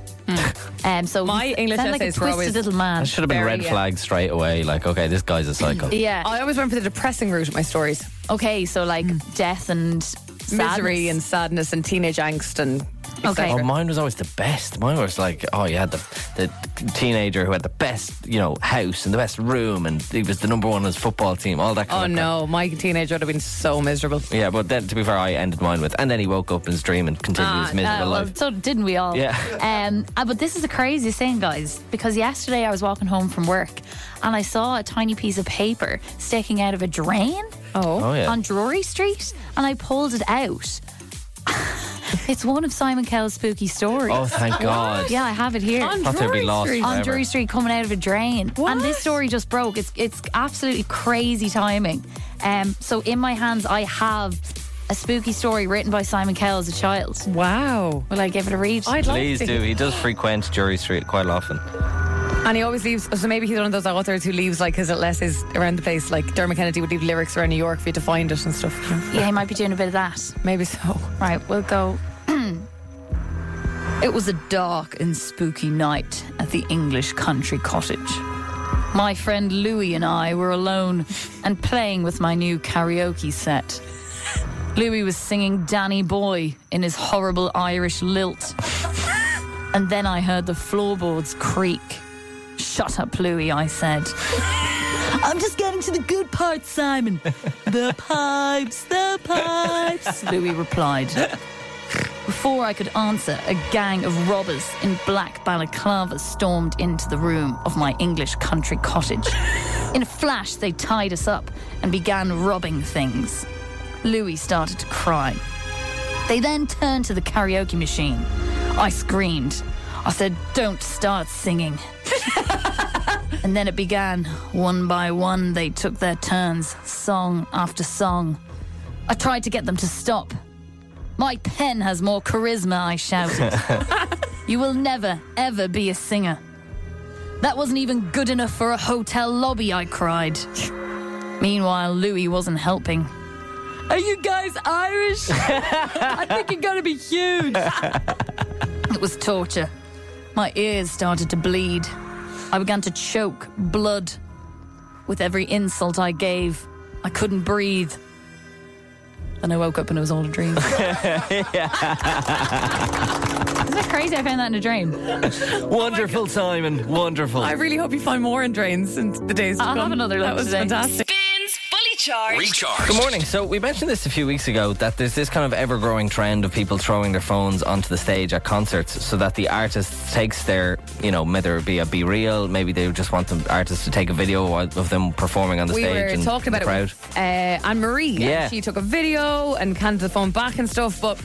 Speaker 8: Um, so
Speaker 5: My
Speaker 8: he
Speaker 5: English
Speaker 8: sounded like a
Speaker 5: essays were
Speaker 8: twisted
Speaker 5: always
Speaker 8: little man.
Speaker 4: That should have been red flag straight away. Like, okay, this guy's a psycho.
Speaker 8: Yeah,
Speaker 5: I always went for the depressing route with my stories.
Speaker 8: Okay, so like death and
Speaker 5: misery and sadness and teenage angst and
Speaker 8: Okay.
Speaker 4: Oh, mine was always the best. Mine was like, oh, you had the, the teenager who had the best, you know, house and the best room, and he was the number one on his football team. All that. Kind
Speaker 5: Oh no,
Speaker 4: of
Speaker 5: my teenager would have been so miserable.
Speaker 4: Yeah, but then to be fair, I ended mine with, and then he woke up in his dream and continued
Speaker 8: Ah,
Speaker 4: his miserable
Speaker 8: uh, well,
Speaker 4: life.
Speaker 8: so didn't we all?
Speaker 4: Yeah.
Speaker 8: Um, uh, but this is a crazy thing, guys, because yesterday I was walking home from work and I saw a tiny piece of paper sticking out of a drain.
Speaker 5: Oh.
Speaker 4: Oh, yeah.
Speaker 8: On Drury Street, and I pulled it out. it's one of Simon Cowell's spooky stories.
Speaker 4: Oh, thank God.
Speaker 8: Yeah, I have it here.
Speaker 4: On Thought they'd be Drury lost Street.
Speaker 8: On
Speaker 4: forever.
Speaker 8: Drury Street, coming out of a drain. And this story just broke. It's it's absolutely crazy timing. Um, so in my hands, I have a spooky story written by Simon Cowell as a child.
Speaker 5: Wow.
Speaker 8: Will I give it a read?
Speaker 4: Please do. He does frequent Jury Street quite often.
Speaker 5: And he always leaves. So maybe he's one of those authors who leaves like his essays around the place. Like Dermot Kennedy would leave lyrics around New York for you to find it and stuff. you know?
Speaker 8: Yeah, he might be doing a bit of that.
Speaker 5: Maybe so.
Speaker 8: Right, we'll go. it was a dark and spooky night at the English country cottage. My friend Louis and I were alone and playing with my new karaoke set. Louis was singing Danny Boy in his horrible Irish lilt. And then I heard the floorboards creak. Shut up, Louis, I said. I'm just getting to the good part, Simon. The pipes, the pipes, Louis replied. Before I could answer, a gang of robbers in black balaclavas stormed into the room of my English country cottage. In a flash, they tied us up and began robbing things. Louis started to cry. They then turned to the karaoke machine. I screamed. I said, Don't start singing. and then it began. One by one, they took their turns, song after song. I tried to get them to stop. My pen has more charisma, I shouted. you will never, ever be a singer. That wasn't even good enough for a hotel lobby, I cried. Meanwhile, Louis wasn't helping. Are you guys Irish? I think you're going to be huge. It was torture. My ears started to bleed. I began to choke blood. With every insult I gave, I couldn't breathe. Then I woke up and it was all a dream. Isn't that crazy? I found that in a dream.
Speaker 4: wonderful, Simon. Wonderful.
Speaker 5: I really hope you find more in drains in the days to
Speaker 8: I'll
Speaker 5: come.
Speaker 8: have another look
Speaker 5: That was
Speaker 8: today.
Speaker 5: fantastic.
Speaker 2: Spins Fully Recharge. Recharge.
Speaker 4: Good morning. So we mentioned this a few weeks ago that there's this kind of ever-growing trend of people throwing their phones onto the stage at concerts, so that the artist takes their, you know, whether it be a be real, maybe they just want the artist to take a video of them performing on the
Speaker 5: we
Speaker 4: stage
Speaker 5: were
Speaker 4: and
Speaker 5: talking
Speaker 4: in
Speaker 5: about
Speaker 4: the
Speaker 5: it
Speaker 4: crowd.
Speaker 5: with, uh, Anne Marie.
Speaker 4: Yeah.
Speaker 5: And she took a video and handed the phone back and stuff. But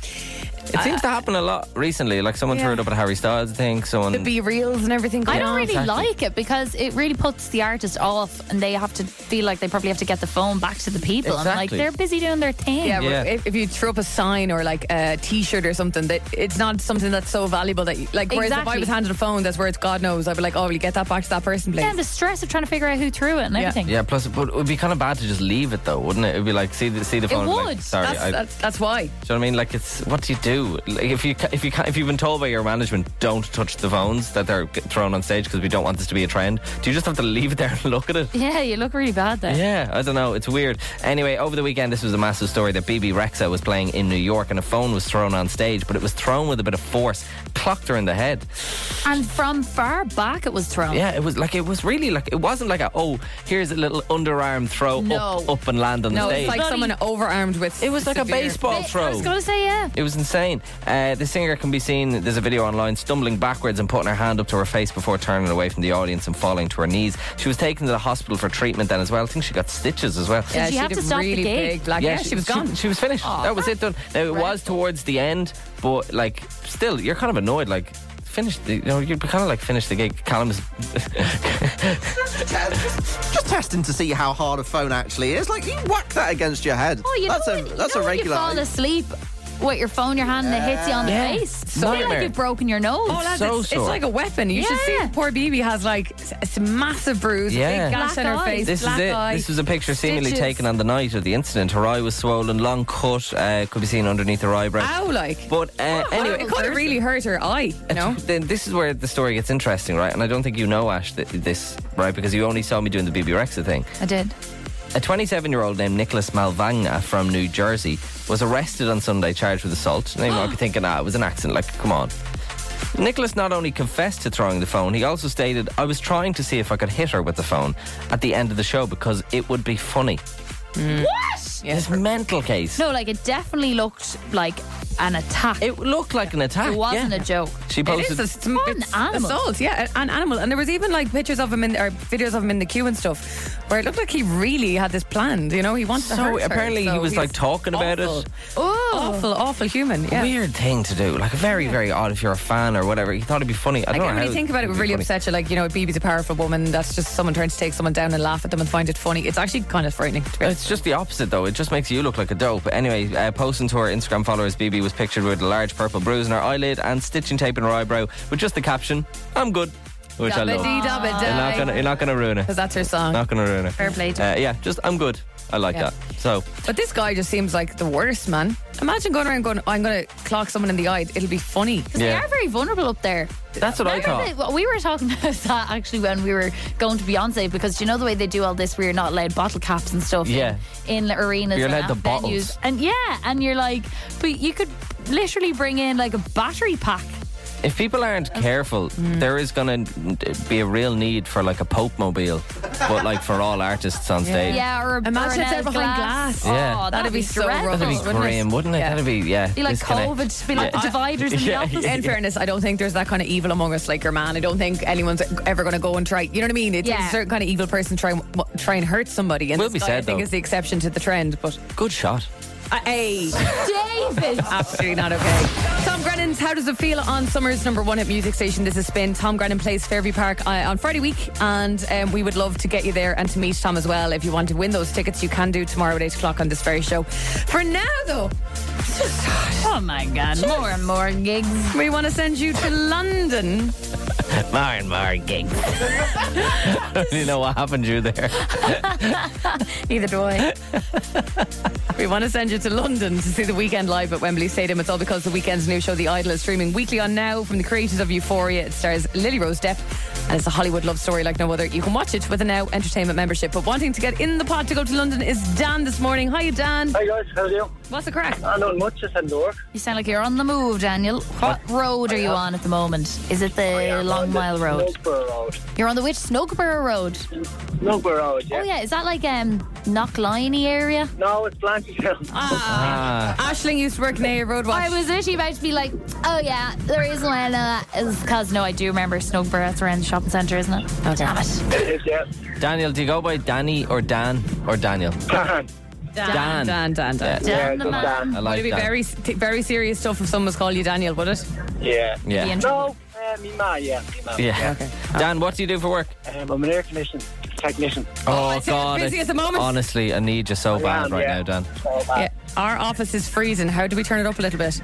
Speaker 4: It seems to happen a lot recently. Like someone threw
Speaker 5: Yeah.
Speaker 4: it up at Harry Styles, I think. Someone.
Speaker 5: the be reels and everything.
Speaker 8: I
Speaker 4: Yeah,
Speaker 8: don't really
Speaker 4: exactly.
Speaker 8: like it because it really puts the artist off and they have to feel like they probably have to get the phone back to the people. I'm like,
Speaker 5: Exactly.
Speaker 8: they're busy doing their thing.
Speaker 5: Yeah, but If, if you throw up a sign or like a T-shirt or something, that it's not something that's so valuable that you, like. Whereas if I
Speaker 8: Exactly.
Speaker 5: was handed a phone, that's where it's God knows. I'd be like, oh, will you get that back to that person, please?
Speaker 8: Yeah, the stress of trying to figure out who threw it and everything.
Speaker 4: Yeah, plus, but it would be kind of bad to just leave it though, wouldn't it? It would be like, see the, see the
Speaker 8: It
Speaker 4: phone. and be like,
Speaker 8: would.
Speaker 4: Sorry,
Speaker 5: that's,
Speaker 4: I,
Speaker 5: that's, that's why.
Speaker 4: Do you know what I mean? Like, it's what do you do? Like, if you ca- if you ca- if you've been told by your management don't touch the phones that they're g- thrown on stage because we don't want this to be a trend, do you just have to leave it there and look at it?
Speaker 8: Yeah, you look really bad there.
Speaker 4: Yeah, I don't know. It's weird. Anyway, over the weekend, this was a massive story that BB Rexa was playing in New York and a phone was thrown on stage, but it was thrown with a bit of force, clocked her in the head.
Speaker 8: And from far back it was thrown.
Speaker 4: Yeah, it was like it was really like it wasn't like a oh here's a little underarm throw
Speaker 8: No.
Speaker 4: up up and land on
Speaker 5: No,
Speaker 4: the
Speaker 5: it's
Speaker 4: stage.
Speaker 5: like someone overarmed with. It
Speaker 4: was like a baseball throw.
Speaker 8: I was going to say, yeah.
Speaker 4: It was insane. Uh, the singer can be seen, there's a video online, stumbling backwards and putting her hand up to her face before turning away from the audience and falling to her knees. She was taken to the hospital for treatment then as well. I think she got stitches as well.
Speaker 5: Yeah, Did she she have to did stop the really gig? big, like, yeah, she was gone.
Speaker 4: She, was finished. that was it done. Now, it was towards the end, but like, still, you're kind of annoyed. Like, finish the, you know, you're kind of like, finish the gig. Callum's.
Speaker 6: Just testing to see how hard a phone actually is. Like you whack that against your head.
Speaker 8: Oh, you
Speaker 6: that's
Speaker 8: know
Speaker 6: a
Speaker 8: when-
Speaker 6: that's
Speaker 8: you
Speaker 6: a
Speaker 8: know when
Speaker 6: regular.
Speaker 8: You fall asleep with your phone in your hand and it hits you on the
Speaker 6: Yeah.
Speaker 8: face.
Speaker 6: So
Speaker 8: feel like
Speaker 6: nightmare.
Speaker 8: you've broken your nose.
Speaker 5: Oh, lads, it's, it's like a weapon. You should see.
Speaker 8: Yeah.
Speaker 5: Poor BB has like s- s- massive bruise,
Speaker 4: Yeah.
Speaker 5: big gash
Speaker 8: Black
Speaker 5: on her
Speaker 8: eye.
Speaker 5: face,
Speaker 4: This
Speaker 5: black
Speaker 4: is it.
Speaker 5: eye.
Speaker 4: This was a picture seemingly
Speaker 5: stitches.
Speaker 4: taken on the night of the incident. Her eye was swollen, long cut, uh, could be seen underneath her eyebrow.
Speaker 5: Ow, like.
Speaker 4: But uh, anyway,
Speaker 5: it could have really hurt her eye. You know.
Speaker 4: Then this is where the story gets interesting, right? And I don't think you know Ash th- this, right? Because you only saw me doing the BB Rexa thing.
Speaker 8: I did.
Speaker 4: A 27-year-old named Nicholas Malvanga from New Jersey was arrested on Sunday, charged with assault. Now you might be thinking, ah, it was an accident. Like, come on. Nicholas not only confessed to throwing the phone, he also stated, "I was trying to see if I could hit her with the phone at the end of the show because it would be funny."
Speaker 8: What?
Speaker 4: This mental case.
Speaker 8: No, like it definitely looked like an attack.
Speaker 4: It looked like an attack.
Speaker 8: It wasn't
Speaker 4: yeah.
Speaker 8: a joke.
Speaker 4: She
Speaker 5: It
Speaker 4: posted.
Speaker 5: is a, it's, it's
Speaker 8: animal.
Speaker 5: assault, yeah, an animal. And there was even like pictures of him in or videos of him in the queue and stuff, where it looked like he really had this planned. You know, he wanted to
Speaker 4: So
Speaker 5: hurt her.
Speaker 4: apparently he
Speaker 5: So
Speaker 4: was,
Speaker 5: he's
Speaker 4: like, talking about it.
Speaker 5: awful. awful, awful human. Yeah.
Speaker 4: Weird thing to do. Like very, very odd if you're a fan or whatever. He thought it'd be funny. I
Speaker 5: I
Speaker 4: don't know
Speaker 5: can't
Speaker 4: Oh, how
Speaker 5: really think about it. It
Speaker 4: it'd
Speaker 5: would
Speaker 4: be
Speaker 5: really
Speaker 4: funny.
Speaker 5: upset you. Like, you know, BB's a powerful woman. That's just someone trying to take someone down and laugh at them and find it funny. It's actually kind of frightening. To be honest.
Speaker 4: It's just the opposite, though. It just makes you look like a dope. Anyway, uh, posting to her Instagram followers, BB was pictured with a large purple bruise in her eyelid and stitching tape in her eyebrow, with just the caption, "I'm good," which I love.
Speaker 5: Dabba-dee, dabba-die.
Speaker 4: You're not gonna, you're not gonna ruin it.
Speaker 5: Because that's her song.
Speaker 4: Not gonna ruin it.
Speaker 5: Fair play to
Speaker 4: Uh,
Speaker 5: her.
Speaker 4: yeah, just I'm good. I like
Speaker 5: Yeah.
Speaker 4: that. So
Speaker 5: But this guy just seems like the worst, man. Imagine going around going, I'm going to clock someone in the eye. It'll be funny.
Speaker 8: Because they are very vulnerable up there.
Speaker 4: That's what I
Speaker 8: Remember
Speaker 4: thought.
Speaker 8: that- we were talking about that actually when we were going to Beyonce because do you know the way they do all this where you're not allowed bottle caps and stuff
Speaker 4: Yeah.
Speaker 8: in, in arenas
Speaker 4: You're
Speaker 8: and
Speaker 4: allowed
Speaker 8: at
Speaker 4: the
Speaker 8: venues.
Speaker 4: bottles.
Speaker 8: And yeah, and you're like, but you could literally bring in like a battery pack.
Speaker 4: if people aren't careful, there is gonna be a real need for like a Pope mobile, but like for all artists on stage.
Speaker 8: Yeah, or a
Speaker 5: Imagine it's
Speaker 8: Bernard
Speaker 5: there behind glass.
Speaker 4: Yeah.
Speaker 8: Oh, that'd,
Speaker 5: That'd
Speaker 8: be,
Speaker 5: be so
Speaker 8: dreadful.
Speaker 5: rough.
Speaker 4: That'd be
Speaker 5: Wouldn't it?
Speaker 4: grim, wouldn't it?
Speaker 5: Yeah.
Speaker 4: That'd be yeah.
Speaker 8: Be like
Speaker 4: disconnect.
Speaker 8: COVID, be like the dividers in the office.
Speaker 5: In fairness, I don't think there's that kind of evil among us like your man. I don't think anyone's ever going to go and try. You know what I mean? It's
Speaker 8: Yeah.
Speaker 5: a certain kind of evil person try and- try and hurt somebody. And
Speaker 4: Will
Speaker 5: this
Speaker 4: be
Speaker 5: guy,
Speaker 4: said,
Speaker 5: I think
Speaker 4: though.
Speaker 5: is the exception to the trend. But
Speaker 4: Good shot.
Speaker 5: uh, hey,
Speaker 8: David,
Speaker 5: absolutely not okay. Tom Grennan's How Does It Feel on Summer's number one hit music station. This is Spin. Tom Grennan plays Fairview Park uh, on Friday week, and um, we would love to get you there and to meet Tom as well. If you want to win those tickets, you can do tomorrow at eight o'clock on this very show. For now, though.
Speaker 8: Oh my God! More and more gigs.
Speaker 5: We want to send you to London.
Speaker 4: Mar and Mar gigs. you know what happened to you there?
Speaker 8: Either way.
Speaker 5: We want to send you to London to see the weekend live at Wembley Stadium. It's all because the weekend's new show, The Idol, is streaming weekly on Now from the creators of Euphoria. It stars Lily Rose Depp and it's a Hollywood love story like no other. You can watch it with a Now Entertainment membership. But wanting to get in the pod to go to London is Dan this morning. Hi, Dan.
Speaker 14: Hi, guys. How are you?
Speaker 5: What's the crack?
Speaker 14: Uh, not much. Just heading to work.
Speaker 3: You sound like you're on the move, Daniel. What road are you on at the moment? Is it the Long Mile Road?
Speaker 14: Snowborough Road.
Speaker 3: You're on the which Snookerborough Road?
Speaker 14: Snowborough Road, yeah.
Speaker 3: Oh yeah, is that like um Knockliney area?
Speaker 14: No, it's Blanchardstown.
Speaker 4: Ah.
Speaker 5: Ashling used to work near Road
Speaker 3: I was literally about to be like, oh yeah, the reason why uh, is because no, I do remember Snookerborough. That's around the shopping centre, isn't it? Oh damn it!
Speaker 14: yeah.
Speaker 4: Daniel, do you go by Danny or Dan or Daniel?
Speaker 14: Dan.
Speaker 5: Dan, Dan, Dan, Dan.
Speaker 4: Yeah. Dan the
Speaker 5: Would
Speaker 4: man. I like
Speaker 5: it be
Speaker 4: Dan.
Speaker 5: very, t- very serious stuff if someone's called you Daniel, would it?
Speaker 14: Yeah.
Speaker 4: Yeah. Yeah.
Speaker 14: No, uh, me ma, yeah. Me ma.
Speaker 4: Yeah. Dan, what do you do for work?
Speaker 14: Um, I'm an air conditioning technician.
Speaker 4: Oh,
Speaker 14: it's
Speaker 4: God!
Speaker 14: busy
Speaker 4: I-
Speaker 14: at the moment.
Speaker 4: Honestly, I need you so bad right
Speaker 14: yeah.
Speaker 4: now, Dan.
Speaker 5: Yeah. Our office is freezing. How do we turn it up a little bit?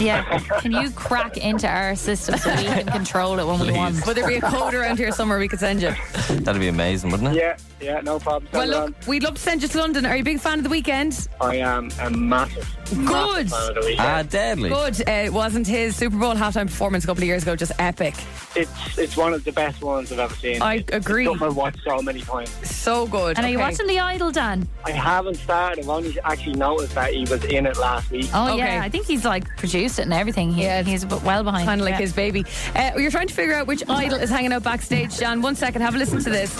Speaker 3: Yeah. Can you crack into our system so we can control it when we
Speaker 4: Please.
Speaker 3: want?
Speaker 5: Would there be a code around here somewhere we could send you?
Speaker 4: That'd be amazing, wouldn't it?
Speaker 14: Yeah, yeah, no problem.
Speaker 5: Well,
Speaker 14: Send it on.
Speaker 5: look, we'd love to send you to London. Are you a big fan of the weekend?
Speaker 14: I am a massive,
Speaker 5: Good.
Speaker 14: massive fan of the weekend.
Speaker 4: Ah, deadly.
Speaker 5: Good. Uh, it wasn't his Super Bowl halftime performance a couple of years ago just epic?
Speaker 14: It's it's one of the best ones I've ever seen.
Speaker 5: I
Speaker 14: It's-
Speaker 5: agree.
Speaker 14: It's something I've watched so many times.
Speaker 5: So good.
Speaker 3: And are you
Speaker 5: Okay.
Speaker 3: watching The Idol, Dan?
Speaker 14: I haven't started. I've only actually noticed that he was in it last week.
Speaker 3: Oh yeah, I think he's like produced it and everything. He, he's well behind.
Speaker 5: Kind of like
Speaker 3: Yeah.
Speaker 5: his baby. Uh, you're trying to figure out which idol is hanging out backstage, Jan. One second, have a listen to this.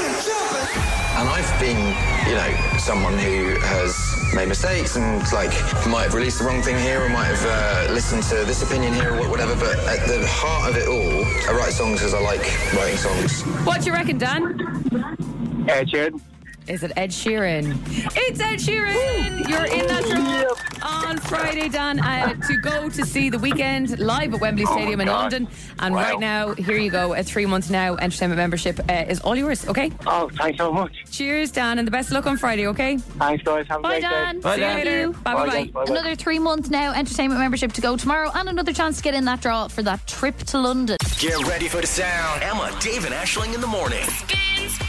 Speaker 6: And I've been, you know, someone who has made mistakes and like might have released the wrong thing here or might have uh, listened to this opinion here or whatever. But at the heart of it all, I write songs because I like writing songs.
Speaker 5: What do you reckon, Dan?
Speaker 14: Ed Sheeran.
Speaker 5: Is it Ed Sheeran? It's Ed Sheeran. You're in that draw on Friday, Dan, uh, to go to see the weekend live at Wembley
Speaker 19: Oh my
Speaker 5: Stadium in
Speaker 19: God.
Speaker 5: London. And
Speaker 19: Wow.
Speaker 5: right now, here you go. A three month now entertainment membership uh, is all yours. Okay.
Speaker 14: Oh, thanks so much.
Speaker 5: Cheers, Dan, and the best of luck on Friday. Okay.
Speaker 14: Thanks, guys. Have a
Speaker 3: Bye,
Speaker 14: great day.
Speaker 3: Dan. See you later.
Speaker 5: Bye, bye, bye.
Speaker 3: Another three month now entertainment membership to go tomorrow, and another chance to get in that draw for that trip to London.
Speaker 1: Get ready for the sound. Emma, Dave, and Ashling in the morning.
Speaker 2: Spins